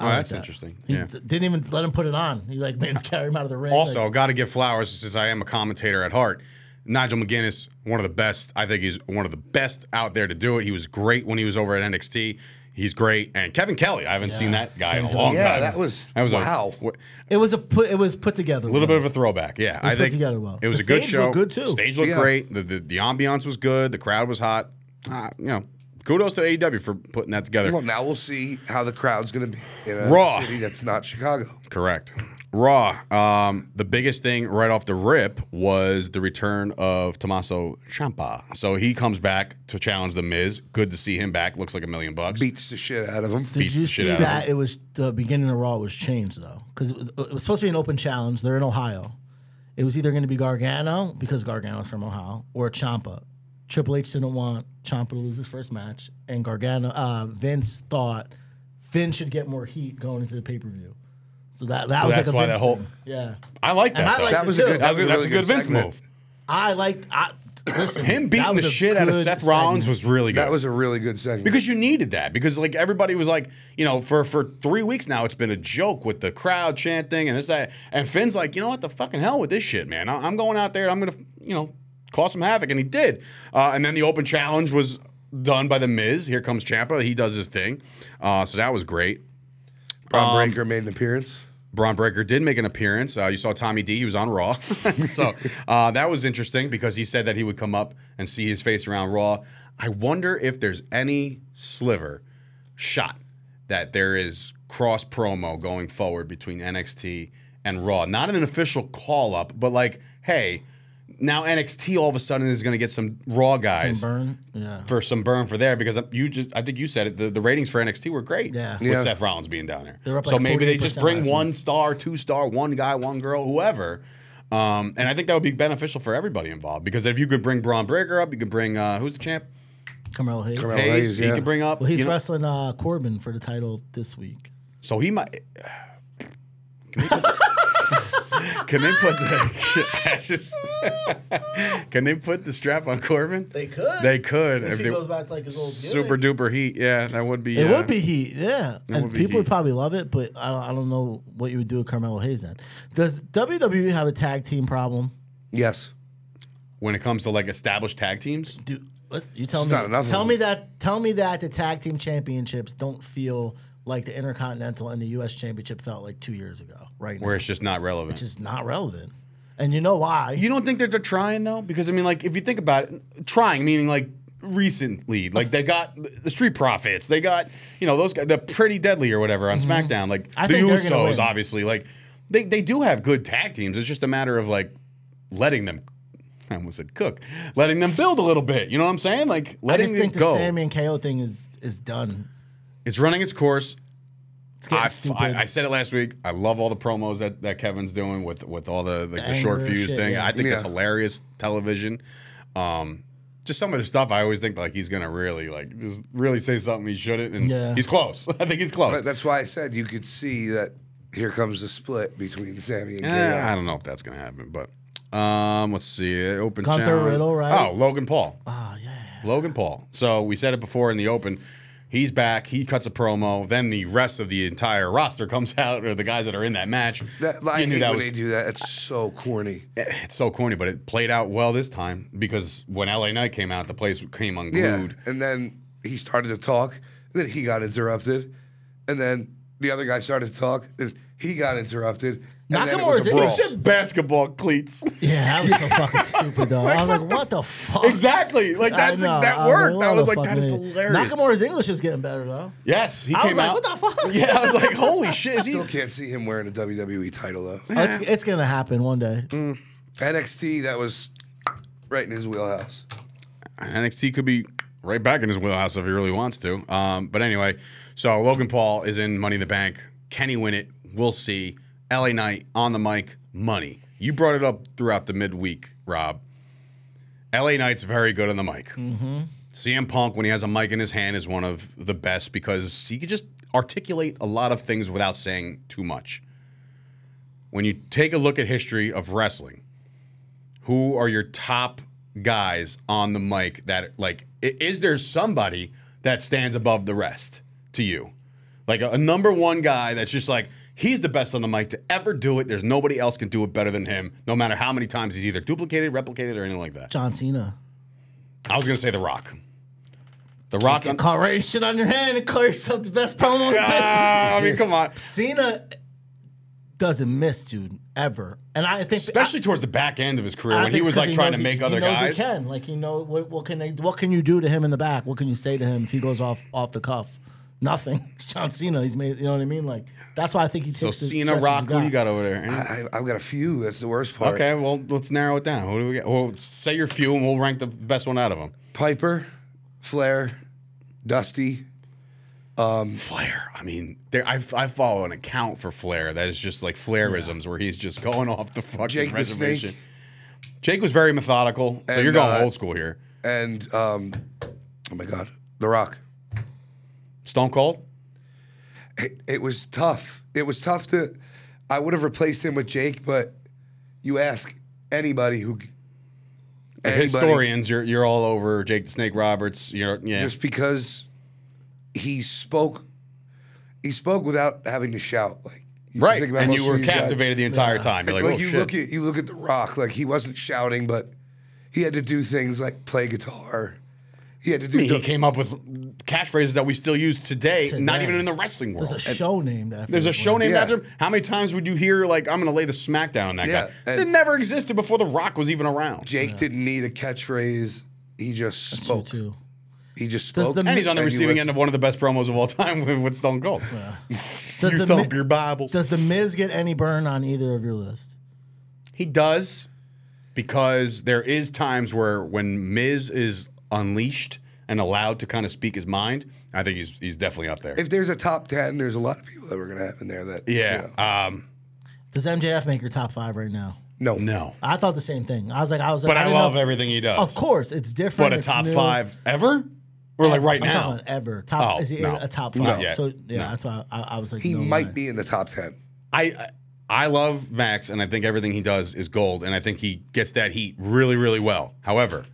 Speaker 1: that's
Speaker 3: that.
Speaker 1: interesting.
Speaker 3: He
Speaker 1: Yeah.
Speaker 3: th- didn't even let him put it on. He like made him carry him out of the ring.
Speaker 1: Also,
Speaker 3: like,
Speaker 1: got to give flowers since I am a commentator at heart. Nigel McGuinness, one of the best. I think he's one of the best out there to do it. He was great when he was over at NXT. He's great. And Kevin Kelly, I haven't seen that guy in a long
Speaker 2: Yeah,
Speaker 1: time.
Speaker 2: that was-
Speaker 1: that was
Speaker 2: wow.
Speaker 1: A,
Speaker 3: it was a put. It was put together.
Speaker 1: a little bit of a throwback. Yeah, I
Speaker 3: put
Speaker 1: think
Speaker 3: together well.
Speaker 1: it was
Speaker 3: The
Speaker 1: a good
Speaker 3: stage
Speaker 1: show.
Speaker 3: looked good, too.
Speaker 1: Stage looked
Speaker 2: Yeah.
Speaker 1: great. The, the the ambiance was good. The crowd was hot. Uh, you know, kudos to AEW for putting that together.
Speaker 2: Well, now we'll see how the crowd's going to be in a
Speaker 1: Raw.
Speaker 2: city that's not Chicago.
Speaker 1: Correct. Raw. Um, the biggest thing right off the rip was the return of Tommaso Ciampa. So he comes back to challenge the Miz. Good to see him back. Looks like a million bucks.
Speaker 2: Beats the shit out of him.
Speaker 3: Did
Speaker 1: beats
Speaker 3: you
Speaker 1: the shit
Speaker 3: see
Speaker 1: out of him.
Speaker 3: that? It was the beginning of Raw was changed though, because it, was- it was supposed to be an open challenge. They're in Ohio. It was either going to be Gargano because Gargano's from Ohio or Champa. Triple H didn't want Champa to lose his first match, and Gargano uh, Vince thought Finn should get more heat going into the pay per view. So that that was
Speaker 1: that's
Speaker 3: like a
Speaker 1: why
Speaker 3: Vince
Speaker 1: that whole-
Speaker 3: thing. yeah.
Speaker 1: I like that.
Speaker 3: And I
Speaker 1: though.
Speaker 3: like
Speaker 1: that
Speaker 2: That
Speaker 1: was,
Speaker 3: the
Speaker 2: was a good.
Speaker 3: that
Speaker 2: That
Speaker 1: a,
Speaker 2: was a,
Speaker 1: that's
Speaker 2: really
Speaker 1: a good Vince
Speaker 2: segment.
Speaker 1: move.
Speaker 3: I liked. I, listen,
Speaker 1: Him
Speaker 3: that
Speaker 1: beating the
Speaker 3: was a
Speaker 1: shit out of
Speaker 3: good
Speaker 1: Seth Rollins
Speaker 3: segment.
Speaker 1: was really good.
Speaker 2: That was a really good segment.
Speaker 1: because you needed that because like everybody was like you know for for three weeks now it's been a joke with the crowd chanting and this that and Finn's like you know what the fucking hell with this shit man I, am going out there and I'm gonna you know cause some havoc and he did uh, and then the open challenge was done by the Miz here comes Champa he does his thing uh, so that was great
Speaker 2: Braun
Speaker 1: Um,
Speaker 2: Breaker made an appearance.
Speaker 1: Braun Breaker did make an appearance. Uh, you saw Tommy D. He was on Raw, so uh, that was interesting because he said that he would come up and see his face around Raw. I wonder if there's any sliver shot that there is cross promo going forward between NXT and Raw. Not an official call up, but like, hey, now NXT all of a sudden is going to get some Raw guys
Speaker 3: burn. Yeah.
Speaker 1: for some burn for there because you just I think you said it the, the ratings for NXT were great
Speaker 3: Yeah.
Speaker 1: with
Speaker 2: Yeah.
Speaker 1: Seth Rollins being down there.
Speaker 3: They were up
Speaker 1: so
Speaker 3: like
Speaker 1: maybe they just
Speaker 3: 48%
Speaker 1: bring
Speaker 3: last week.
Speaker 1: one star, two star, one guy, one girl, whoever. Um, and I think that would be beneficial for everybody involved because if you could bring Braun Breaker up, you could bring uh, who's the champ
Speaker 3: Carmelo Hayes.
Speaker 2: Carmelo-
Speaker 1: Hayes.
Speaker 2: Hayes,
Speaker 1: He
Speaker 2: yeah.
Speaker 1: could bring up.
Speaker 3: Well, he's
Speaker 1: you know,
Speaker 3: wrestling uh, Corbin for the title this week.
Speaker 1: so he might. Can they put the? I just, can they put the strap on Corbin?
Speaker 3: They could.
Speaker 1: They could
Speaker 3: If,
Speaker 1: if
Speaker 3: he
Speaker 1: they
Speaker 3: goes back to like his old
Speaker 1: super
Speaker 3: gimmick.
Speaker 1: duper heat. Yeah, that would be.
Speaker 3: It
Speaker 1: uh,
Speaker 3: would be heat, yeah, and
Speaker 1: would be
Speaker 3: people would
Speaker 1: heat.
Speaker 3: probably love it. But I don't, I don't know what you would do with Carmelo Hayes then. Does WWE have a tag team problem?
Speaker 2: Yes.
Speaker 1: when it comes to like established tag teams.
Speaker 3: Dude, let's, you tell
Speaker 2: It's
Speaker 3: me.
Speaker 2: not enough of
Speaker 3: tell
Speaker 2: them.
Speaker 3: me that. Tell me that the tag team championships don't feel like the Intercontinental and the U.S. Championship felt like two years ago. Right now,
Speaker 1: Where it's just not relevant.
Speaker 3: which is not relevant. And you know why?
Speaker 1: You don't think that they're trying though, because I mean, like if you think about it, trying meaning like recently, like they got the Street Profits, they got you know those guys, the Pretty Deadly or whatever on SmackDown, like
Speaker 3: Mm-hmm. I
Speaker 1: the
Speaker 3: think they're gonna
Speaker 1: Usos,
Speaker 3: win.
Speaker 1: obviously, like they they do have good tag teams. It's just a matter of like letting them. I almost said cook, letting them build a little bit. You know what I'm saying? Like
Speaker 3: I
Speaker 1: letting
Speaker 3: just
Speaker 1: it
Speaker 3: think the
Speaker 1: go.
Speaker 3: Sammy and KO thing is is done.
Speaker 1: it's running its course.
Speaker 3: It's
Speaker 1: I,
Speaker 3: getting stupid.
Speaker 1: I- I said it last week. I love all the promos that, that Kevin's doing with with all the like the,
Speaker 3: The
Speaker 1: short
Speaker 3: anger
Speaker 1: fuse
Speaker 3: shit,
Speaker 1: thing.
Speaker 3: yeah.
Speaker 1: I think that's
Speaker 2: Yeah.
Speaker 1: hilarious television. Um, just some of the stuff I always think like he's gonna really like just really say something he shouldn't, and
Speaker 3: Yeah.
Speaker 1: he's close. I think he's close.
Speaker 2: But that's why I said you could see that here comes the split between Sammy and
Speaker 1: Eh,
Speaker 2: KO.
Speaker 1: I don't know if that's gonna happen, but um, let's see. Uh, Open
Speaker 3: Gunther
Speaker 1: challenge.
Speaker 3: Riddle, right?
Speaker 1: Oh, Logan Paul.
Speaker 3: oh yeah.
Speaker 1: Logan Paul. So we said it before in the open. He's back. He cuts a promo. Then the rest of the entire roster comes out, or the guys that are in that match.
Speaker 2: That
Speaker 1: You
Speaker 2: line
Speaker 1: knew
Speaker 2: hate
Speaker 1: that
Speaker 2: when
Speaker 1: was-
Speaker 2: they do that. It's so corny.
Speaker 1: it's so corny, but it played out well this time because when LA Knight came out, the place came
Speaker 2: Yeah.
Speaker 1: unglued.
Speaker 2: And then he started to talk. And then he got interrupted. And then the other guy started to talk. And he got interrupted. And then it was
Speaker 3: Nakamura's
Speaker 2: a
Speaker 3: in-
Speaker 2: brawl.
Speaker 1: He said basketball cleats.
Speaker 3: Yeah, that was so fucking stupid though. I was like, what the fuck?
Speaker 1: exactly. Like
Speaker 3: I
Speaker 1: that's
Speaker 3: know,
Speaker 1: that
Speaker 3: I
Speaker 1: worked.
Speaker 3: what
Speaker 1: I was
Speaker 3: the
Speaker 1: like,
Speaker 3: fuck,
Speaker 1: that is
Speaker 3: man.
Speaker 1: hilarious.
Speaker 3: Nakamura's English is getting better though.
Speaker 1: yes, he
Speaker 3: I was
Speaker 1: came
Speaker 3: like,
Speaker 1: out.
Speaker 3: what the fuck?
Speaker 1: Yeah, I was like, holy shit. Is he?
Speaker 2: Still can't see him wearing a WWE title, though.
Speaker 3: Oh, it's, it's gonna happen one day.
Speaker 1: Mm.
Speaker 2: NXT, that was right in his wheelhouse.
Speaker 1: NXT could be right back in his wheelhouse if he really wants to. Um, but anyway, so Logan Paul is in Money in the Bank. Can he win it? We'll see. LA Knight on the mic, money. You brought it up throughout the midweek, Rob. LA Knight's very good on the mic. CM Punk, when he has a mic in his hand, is one of the best because he could just articulate a lot of things without saying too much. When you take a look at history of wrestling, who are your top guys on the mic that like i- is there somebody that stands above the rest to you like a, a number one guy that's just like he's the best on the mic to ever do it there's nobody else can do it better than him no matter how many times he's either duplicated replicated or anything like that
Speaker 3: John Cena.
Speaker 1: i was gonna say the rock the rock
Speaker 3: Get
Speaker 1: on,
Speaker 3: caught writing shit on your hand and call yourself the best promo in the business.
Speaker 1: Ah, i mean come on
Speaker 3: Cena doesn't miss, dude, ever. And I think
Speaker 1: especially towards the back end of his career
Speaker 3: I
Speaker 1: when
Speaker 3: think
Speaker 1: he was
Speaker 3: it's 'cause
Speaker 1: like trying
Speaker 3: knows
Speaker 1: to
Speaker 3: he-
Speaker 1: make
Speaker 3: he
Speaker 1: other
Speaker 3: knows
Speaker 1: guys
Speaker 3: He can like you know what, what can they what can you do to him in the back? What can you say to him if he goes off off the cuff? Nothing. It's John Cena. He's made. You know what I mean? Like that's why I think he
Speaker 1: so
Speaker 3: takes. the
Speaker 1: cena
Speaker 3: stretches
Speaker 1: rock
Speaker 3: he's
Speaker 1: who do you got over there Any-
Speaker 2: I, I've got a few. That's the worst part.
Speaker 1: Okay, well, let's narrow it down. Who do we get? Well, say your few, and we'll rank the best one out of them.
Speaker 2: Piper, Flair, Dusty.
Speaker 1: Flair. I mean, there. I, I follow an account for Flair that is just like Flairisms, where he's just going off the fucking
Speaker 2: Jake the Snake.
Speaker 1: reservation. Jake was very methodical, so
Speaker 2: And,
Speaker 1: you're going
Speaker 2: uh,
Speaker 1: old school here.
Speaker 2: and um, oh my God, The Rock.
Speaker 1: Stone Cold.
Speaker 2: It, it was tough. It was tough to. I would have replaced him with Jake, but you ask anybody who
Speaker 1: The historians, you're you're all over Jake the Snake Roberts. You're yeah.
Speaker 2: just because he spoke, he spoke without having to shout. Like you
Speaker 1: Right,
Speaker 2: think about
Speaker 1: and
Speaker 2: most
Speaker 1: you
Speaker 2: of
Speaker 1: were
Speaker 2: these guys.
Speaker 1: captivated the entire time. You're like,
Speaker 2: Like,
Speaker 1: oh
Speaker 2: you
Speaker 1: shit.
Speaker 2: look at you look at The Rock. Like he wasn't shouting, but he had to do things like play guitar. He had to do.
Speaker 1: I mean, he
Speaker 2: the-
Speaker 1: came up with catchphrases that we still use today, not
Speaker 3: Today.
Speaker 1: even in the wrestling world.
Speaker 3: There's a show named after.
Speaker 1: There's a
Speaker 3: him.
Speaker 1: show named
Speaker 2: Yeah.
Speaker 1: after him. How many times would you hear like I'm gonna lay the smack down on that
Speaker 2: Yeah,
Speaker 1: guy?
Speaker 2: and-
Speaker 1: It never existed before The Rock was even around.
Speaker 2: Jake didn't need a catchphrase. He just
Speaker 3: That's true,
Speaker 2: spoke.
Speaker 3: too.
Speaker 2: He just
Speaker 3: Does
Speaker 2: spoke.
Speaker 3: the-
Speaker 1: and he's on the
Speaker 2: and you
Speaker 1: receiving
Speaker 2: listen-
Speaker 1: end of one of the best promos of all time with, with Stone Cold.
Speaker 3: Does
Speaker 1: you
Speaker 3: the
Speaker 1: thump
Speaker 3: Mi-
Speaker 1: your Bible.
Speaker 3: does the Miz get any burn on either of your list?
Speaker 1: he does because there is times where when Miz is unleashed and allowed to kind of speak his mind, I think he's he's definitely up there.
Speaker 2: If there's a top ten, there's a lot of people that we're gonna have in there that.
Speaker 1: yeah. Um,
Speaker 3: Does MJF make your top five right now?
Speaker 2: No.
Speaker 1: no.
Speaker 3: I thought the same thing. I was like, I was like,
Speaker 1: But I,
Speaker 3: didn't know
Speaker 1: love
Speaker 3: if-
Speaker 1: everything he does.
Speaker 3: Of course, it's different.
Speaker 1: But a
Speaker 3: it's
Speaker 1: top
Speaker 3: new.
Speaker 1: five ever? Or like right
Speaker 3: I'm
Speaker 1: now.
Speaker 3: talking about ever top
Speaker 1: Oh,
Speaker 3: is he
Speaker 1: no.
Speaker 3: a top
Speaker 1: Not
Speaker 3: five?
Speaker 1: yet.
Speaker 3: So yeah,
Speaker 1: No.
Speaker 3: that's why I, I was like,
Speaker 2: He
Speaker 3: no
Speaker 2: might
Speaker 3: way.
Speaker 2: be in the top ten.
Speaker 1: I I love Max, and I think everything he does is gold, and I think he gets that heat really, really well. However,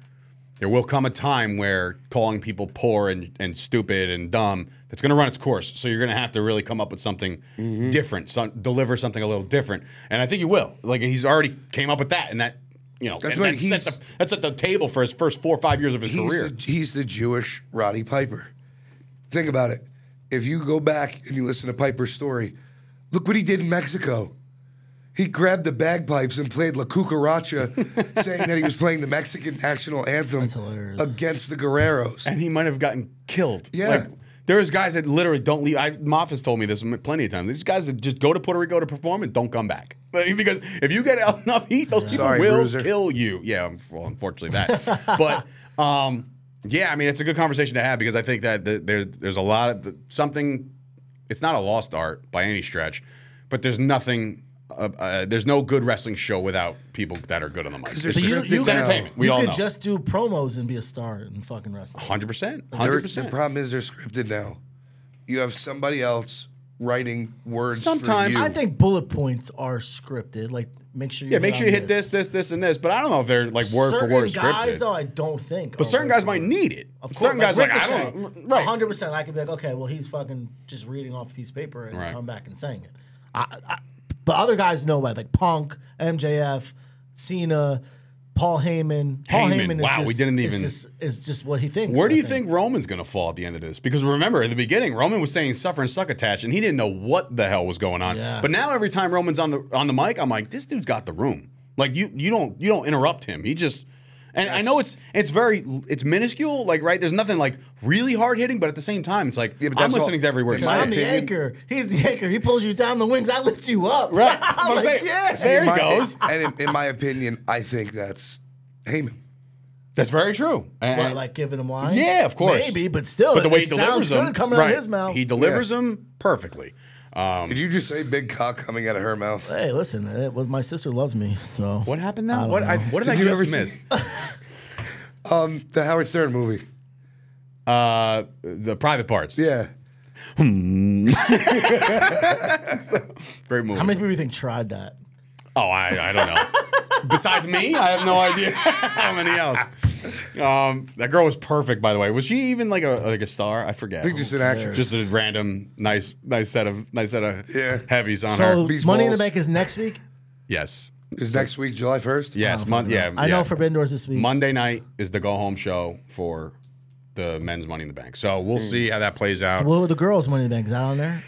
Speaker 1: there will come a time where calling people poor and, and stupid and dumb that's going to run its course. So you're going to have to really come up with something
Speaker 3: Mm-hmm.
Speaker 1: different, some, deliver something a little different, and I think he will. Like he's already came up with that, and that you know
Speaker 2: That's
Speaker 1: and
Speaker 2: right,
Speaker 1: that set
Speaker 2: he's-
Speaker 1: the, that set the table for his first four or five years of his
Speaker 2: he's
Speaker 1: career.
Speaker 2: The, he's the Jewish Roddy Piper. Think about it. If you go back and you listen to Piper's story, look what he did in Mexico. He grabbed the bagpipes and played La Cucaracha, saying that he was playing the Mexican national anthem
Speaker 3: hilarious.
Speaker 2: against the Guerreros.
Speaker 1: and he might have gotten killed.
Speaker 2: Yeah.
Speaker 1: Like, there's guys that literally don't leave. I, Moff has told me this plenty of times. There's guys that just go to Puerto Rico to perform and don't come back. Like, because if you get enough heat, those people
Speaker 2: Sorry,
Speaker 1: will
Speaker 2: Bruiser.
Speaker 1: kill you. Yeah, um, well, unfortunately that. but um, yeah, I mean, it's a good conversation to have because I think that th- there's there's a lot of th- something. It's not a lost art by any stretch, but there's nothing. Uh, uh, there's no good wrestling show without people that are good on the mic. It's,
Speaker 2: they're
Speaker 1: just-
Speaker 2: scripted
Speaker 1: it's
Speaker 2: now.
Speaker 1: entertainment. We
Speaker 3: you
Speaker 1: all
Speaker 3: could
Speaker 1: know.
Speaker 3: just do promos and be a star in fucking wrestling.
Speaker 1: Hundred percent.
Speaker 2: They're-
Speaker 1: Hundred
Speaker 2: The
Speaker 1: percent.
Speaker 2: problem is they're scripted now. You have somebody else writing words.
Speaker 1: Sometimes.
Speaker 2: for you.
Speaker 3: I think bullet points are scripted. Like make sure you
Speaker 1: Yeah, make sure you
Speaker 3: on
Speaker 1: hit this, this, this, and this. But I don't know if they're like word
Speaker 3: certain
Speaker 1: for word
Speaker 3: guys
Speaker 1: scripted.
Speaker 3: though, I don't think.
Speaker 1: but certain guys might need it. certain guys like I don't. know. Right.
Speaker 3: hundred percent. I could be like, okay, well he's fucking just reading off a piece of paper and
Speaker 1: Right.
Speaker 3: come back and saying it. I, I, but other guys know why, like Punk, MJF, Cena, Paul Heyman. Paul
Speaker 1: Heyman, wow, we didn't
Speaker 3: is
Speaker 1: even-
Speaker 3: Just, is just what he thinks.
Speaker 1: Where do
Speaker 3: I
Speaker 1: you think Roman's going to fall at the end of this? Because remember, at the beginning, Roman was saying "suffer and succotash," and he didn't know what the hell was going on.
Speaker 3: Yeah.
Speaker 1: But now, every time Roman's on the on the mic, I'm like, this dude's got the room. Like you, you don't you don't interrupt him. He just. And I know it's it's very it's minuscule, like right. There's nothing like really hard hitting, but at the same time, it's like
Speaker 2: Yeah, but
Speaker 1: I'm
Speaker 2: that's all-
Speaker 1: listening to every word.
Speaker 2: in
Speaker 1: he
Speaker 3: So
Speaker 2: my
Speaker 1: says.
Speaker 3: I'm the
Speaker 2: opinion-
Speaker 3: anchor. He's the anchor. He pulls you down the wings. I lift you up.
Speaker 1: Right. That's what
Speaker 3: I'm
Speaker 1: I'm
Speaker 3: like,
Speaker 1: saying.
Speaker 3: yeah.
Speaker 1: There he
Speaker 2: my,
Speaker 1: goes.
Speaker 2: And in, in my opinion, I think that's Heyman.
Speaker 1: That's very true. And-
Speaker 3: What, like giving him lines?
Speaker 1: Yeah, of course.
Speaker 3: Maybe, but still,
Speaker 1: but the way
Speaker 3: it
Speaker 1: he delivers
Speaker 3: sounds
Speaker 1: them,
Speaker 3: good coming out
Speaker 1: right.
Speaker 3: of his mouth.
Speaker 1: he delivers them perfectly. Um,
Speaker 2: Did you just say big cock coming out of her mouth?
Speaker 3: hey, listen, it was my sister loves me, so
Speaker 1: what happened now? What I, what did, I
Speaker 2: Did you
Speaker 1: just
Speaker 2: ever see-
Speaker 1: miss?
Speaker 2: Um, the Howard Stern movie.
Speaker 1: uh, the private parts.
Speaker 2: Yeah.
Speaker 1: Hmm. Great movie.
Speaker 3: How many people do you think tried that?
Speaker 1: oh, I, I don't know. Besides me, I have no idea how many else. Um, that girl was perfect, by the way. Was she even like a like a star? I forget.
Speaker 2: I think just an actress.
Speaker 1: Just a random nice nice set of nice set of
Speaker 2: Yeah.
Speaker 1: heavies on
Speaker 3: So
Speaker 1: her.
Speaker 2: Beach
Speaker 3: Money in the
Speaker 2: balls.
Speaker 3: Bank is next week.
Speaker 1: Yes.
Speaker 2: Is next week July 1st?
Speaker 1: Yes. Mon- yeah.
Speaker 3: Oh, I know
Speaker 1: yeah.
Speaker 3: Forbidden Doors this week.
Speaker 1: Monday night is the go home show for the men's Money in the Bank. So
Speaker 3: Hmm.
Speaker 1: we'll see how that plays out.
Speaker 3: Well, the girls' Money in the Bank is that on there?